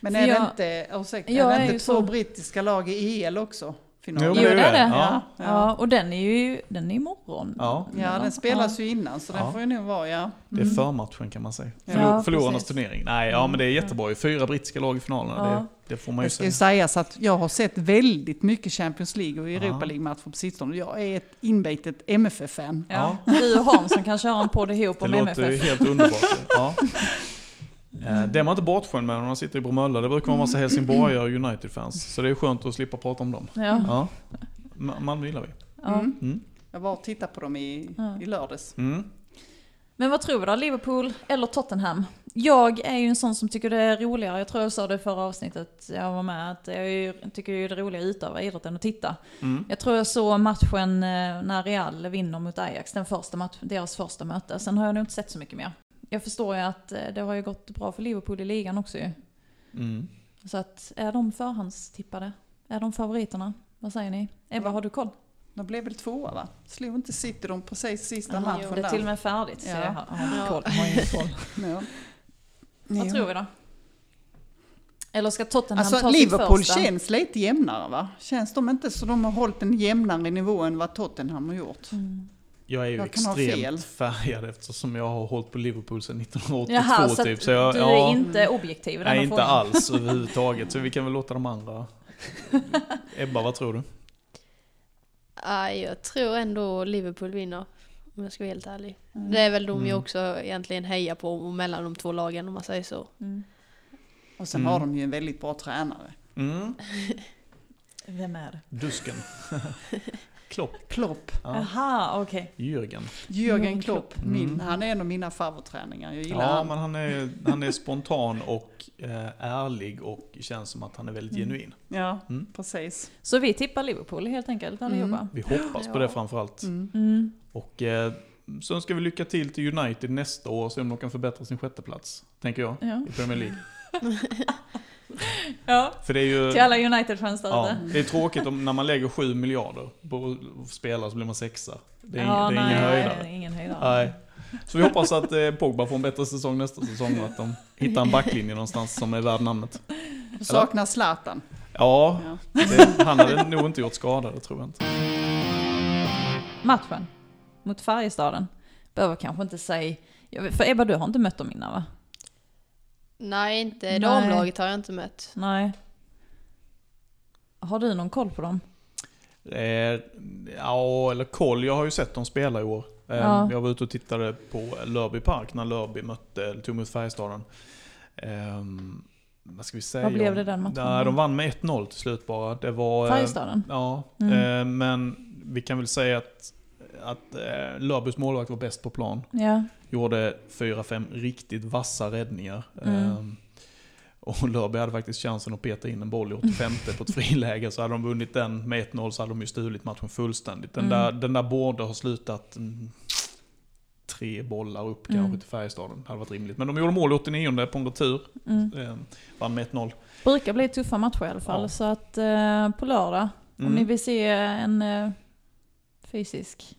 Men
För
är det
jag-
inte, ursäkta,
jag
är
är
det
ju
inte två
så-
brittiska lag i EL också? Final?
men det är ju det.
Ja.
Ja. och den är ju den är imorgon.
Ja.
Ja, den spelas ju innan så den
Ja.
får ju nog vara, ja.
Det är förmatchen kan man säga.
Mm. Ja,
Förlor, förlorarnas
precis. Mm.
turnering. Nej, ja men det är jättebra ju. Fyra brittiska lag i finalerna,
Ja.
det, det får man ju
Det ska
säga.
ju sägas att jag har sett väldigt mycket Champions League och Europa
Ja.
League-matcher på sistone. Jag är ett inbitet MFF-fan.
Ja. *laughs* Du och Hansson kan köra en podd ihop
Det
om
låter ju
MFF.
helt underbart. Ja. Eh, Det är man inte bortskämd med när man sitter i Bromölla. Det brukar vara en massa helsingborgare och United-fans. Så det är skönt att slippa prata om dem.
Ja.
Ja. Ma- Malmö gillar vi.
Ja.
Mm.
Mm.
Jag var och tittade på dem i,
Ja.
i lördags.
Mm.
Men vad tror vi då? Liverpool eller Tottenham? Jag är ju en sån som tycker det är roligare, jag tror jag sa det i förra avsnittet jag var med, att jag är ju- tycker ju det är roligare att utöva idrotten att titta.
Mm.
Jag tror jag såg matchen eh, när Real vinner mot Ajax, den första match, deras första möte. Sen har jag nog inte sett så mycket mer. Jag förstår ju att eh, det har ju gått bra för Liverpool i ligan också ju.
Mm.
Så att, är de förhandstippade? Är de favoriterna? Vad säger ni? Ebba, har du koll?
De blev väl tvåa va? Slog inte City dem precis sista
Aha,
matchen
det är till och
där?
med färdigt. Så
Ja.
jag har, har
Ja.
koll. Har ingen koll.
Ja.
*laughs* Vad
Jo.
tror vi då? Eller ska Tottenham
Alltså
ta
Liverpool
sitt första?
känns lite jämnare va? Känns de inte så de har hållit en jämnare nivå än vad Tottenham har gjort?
Mm.
Jag är ju
Jag kan ha fel.
extremt färgad eftersom jag har hållit på Liverpool sedan 1982
Jaha, så,
typ.
att
Så jag,
du
ja,
är inte objektiv i den
nej,
här
inte
frågan.
alls överhuvudtaget. Så vi kan väl låta
*laughs*
de andra... Ebba, vad tror du?
Ja, jag tror ändå Liverpool vinner. Om jag ska vara helt ärlig. Det är väl de
Mm.
jag också egentligen hejar på mellan de två lagen om man säger så.
Mm.
Och sen
Mm.
har de ju en väldigt bra tränare.
Mm.
Vem är det?
Dusken. *laughs* Klopp.
Klopp,
Ja.
Aha, okej.
Jürgen.
Jürgen
Jürgen
Klopp,
Klopp.
min,
Mm.
han är en av mina favoritträningar. Jag gillar
Ja,
han.
men han är, han är spontan och eh, ärlig och känns som att han är väldigt
Mm.
genuin.
Ja,
Mm.
precis.
Så vi tippar Liverpool helt enkelt allihopa.
Vi hoppas på
Ja.
det framförallt.
Mm.
Mm.
Och eh, så önskar vi lycka till till United nästa år och se om de kan förbättra sin sjätteplats. Tänker jag.
Mm. Ja.
I Premier League.
ja,
För det är ju...
till alla United-fans där
Ja,
ute.
det är tråkigt om, när man lägger 7 miljarder på spelare så blir man sexa. Det är, ing-
Ja,
det är
nej,
ingen höjdare.
nej, ingen höjdare.
Nej. Så vi hoppas att eh, Pogba får en bättre säsong nästa säsong och att de hittar en backlinje någonstans som är värd namnet.
Och saknar Zlatan.
Ja,
Ja.
det, han hade nog inte gjort skada, det tror jag inte.
Matchen mot Färjestaden behöver kanske inte säga... jag vet- För Ebba, du har inte mött dem innan va?
Nej, inte
Nej.
damlaget har jag inte mött.
Nej. Har du någon koll på dem?
Eh, ja, eller koll. Jag har ju sett dem spela i år. Eh,
Ja.
Jag var ute och tittade på Lörby Park när Lörby mötte, tog emot Färjestaden. Eh, vad ska vi säga?
Vad blev
om-
det den matchen?
Nej, de vann med 1-0 till slut bara. Det var... eh,
Färjestaden?
Ja,
Mm.
eh, men vi kan väl säga att, att eh, Lörbys målvakt var bäst på plan.
Ja.
Gjorde 4-5 riktigt vassa räddningar.
Mm.
Eh, och Lörby hade faktiskt chansen att peta in en boll i 85 på ett friläge. Så hade de vunnit den med 1-0 så hade de ju stulit matchen fullständigt. Den,
Mm.
där, den där borde ha slutat mm, tre bollar upp kanske
Mm.
till Färjestaden. Det hade varit rimligt. Men de gjorde mål i 89 på en retur.
Mm.
Eh, vann med 1-0.
Brukar bli tuffa matcher i alla fall.
Ja.
Så att eh, på lördag,
Mm.
om ni vill se en eh, fysisk...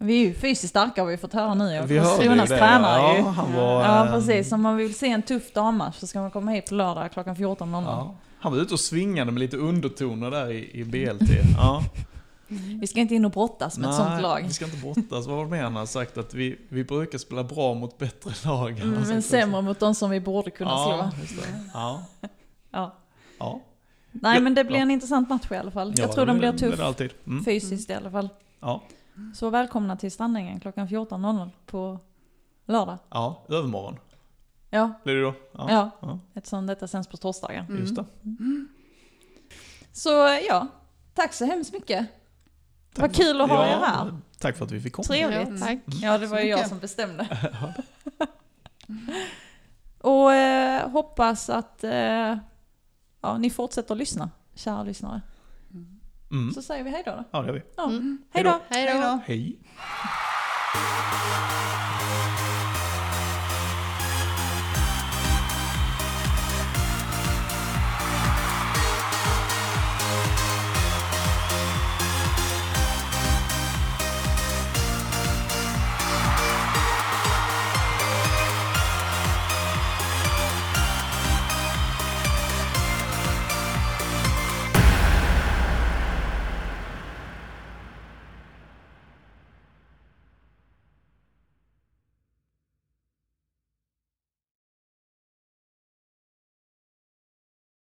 Vi är ju fysiskt starka har vi fått höra nu.
Vi hörde ju
Karlskronas
det.
tränare ju.
Ja, han var,
Ja
eh,
precis, om man vill se en tuff dammatch så ska man komma hit på lördag klockan 14.00.
Ja. Han var ute och svingade med lite undertoner där i, i BLT. Ja.
Vi ska inte in och brottas med ett sånt lag.
vi ska inte brottas. Vad var det mer han har sagt? Att vi, vi brukar spela bra mot bättre lag. Han
Mm,
har sagt
Men
också.
sämre mot de som vi borde kunna
ja,
slå.
just det. Ja.
Ja.
Ja.
Nej
Ja,
men det blir
ja.
en intressant match i alla fall.
Ja,
Jag tror den
det-
blir
Det är det
tuff
alltid. Mm.
fysiskt i alla fall.
Ja.
Så välkomna till Strandängen klockan 14.00 på lördag.
ja, övermorgon
Ja,
blir det då. Ja,
ja.
ja.
eftersom detta sänds på torsdagar.
Mm.
just det.
Så ja, tack så hemskt mycket.
Tack
Vad
för-
kul att ha
ja,
er här.
Tack för att vi fick komma.
Trevligt.
Ja, tack.
Ja, det var
Så
ju jag
mycket.
som
*laughs*
bestämde. *laughs* Och eh, hoppas att eh, ja, ni fortsätter att lyssna, kära lyssnare.
Mm.
Så säger vi hej då. då.
Ja, det gör vi.
Ja.
Mm.
Hej då!
Hej
Hej
då!
då.
Hej.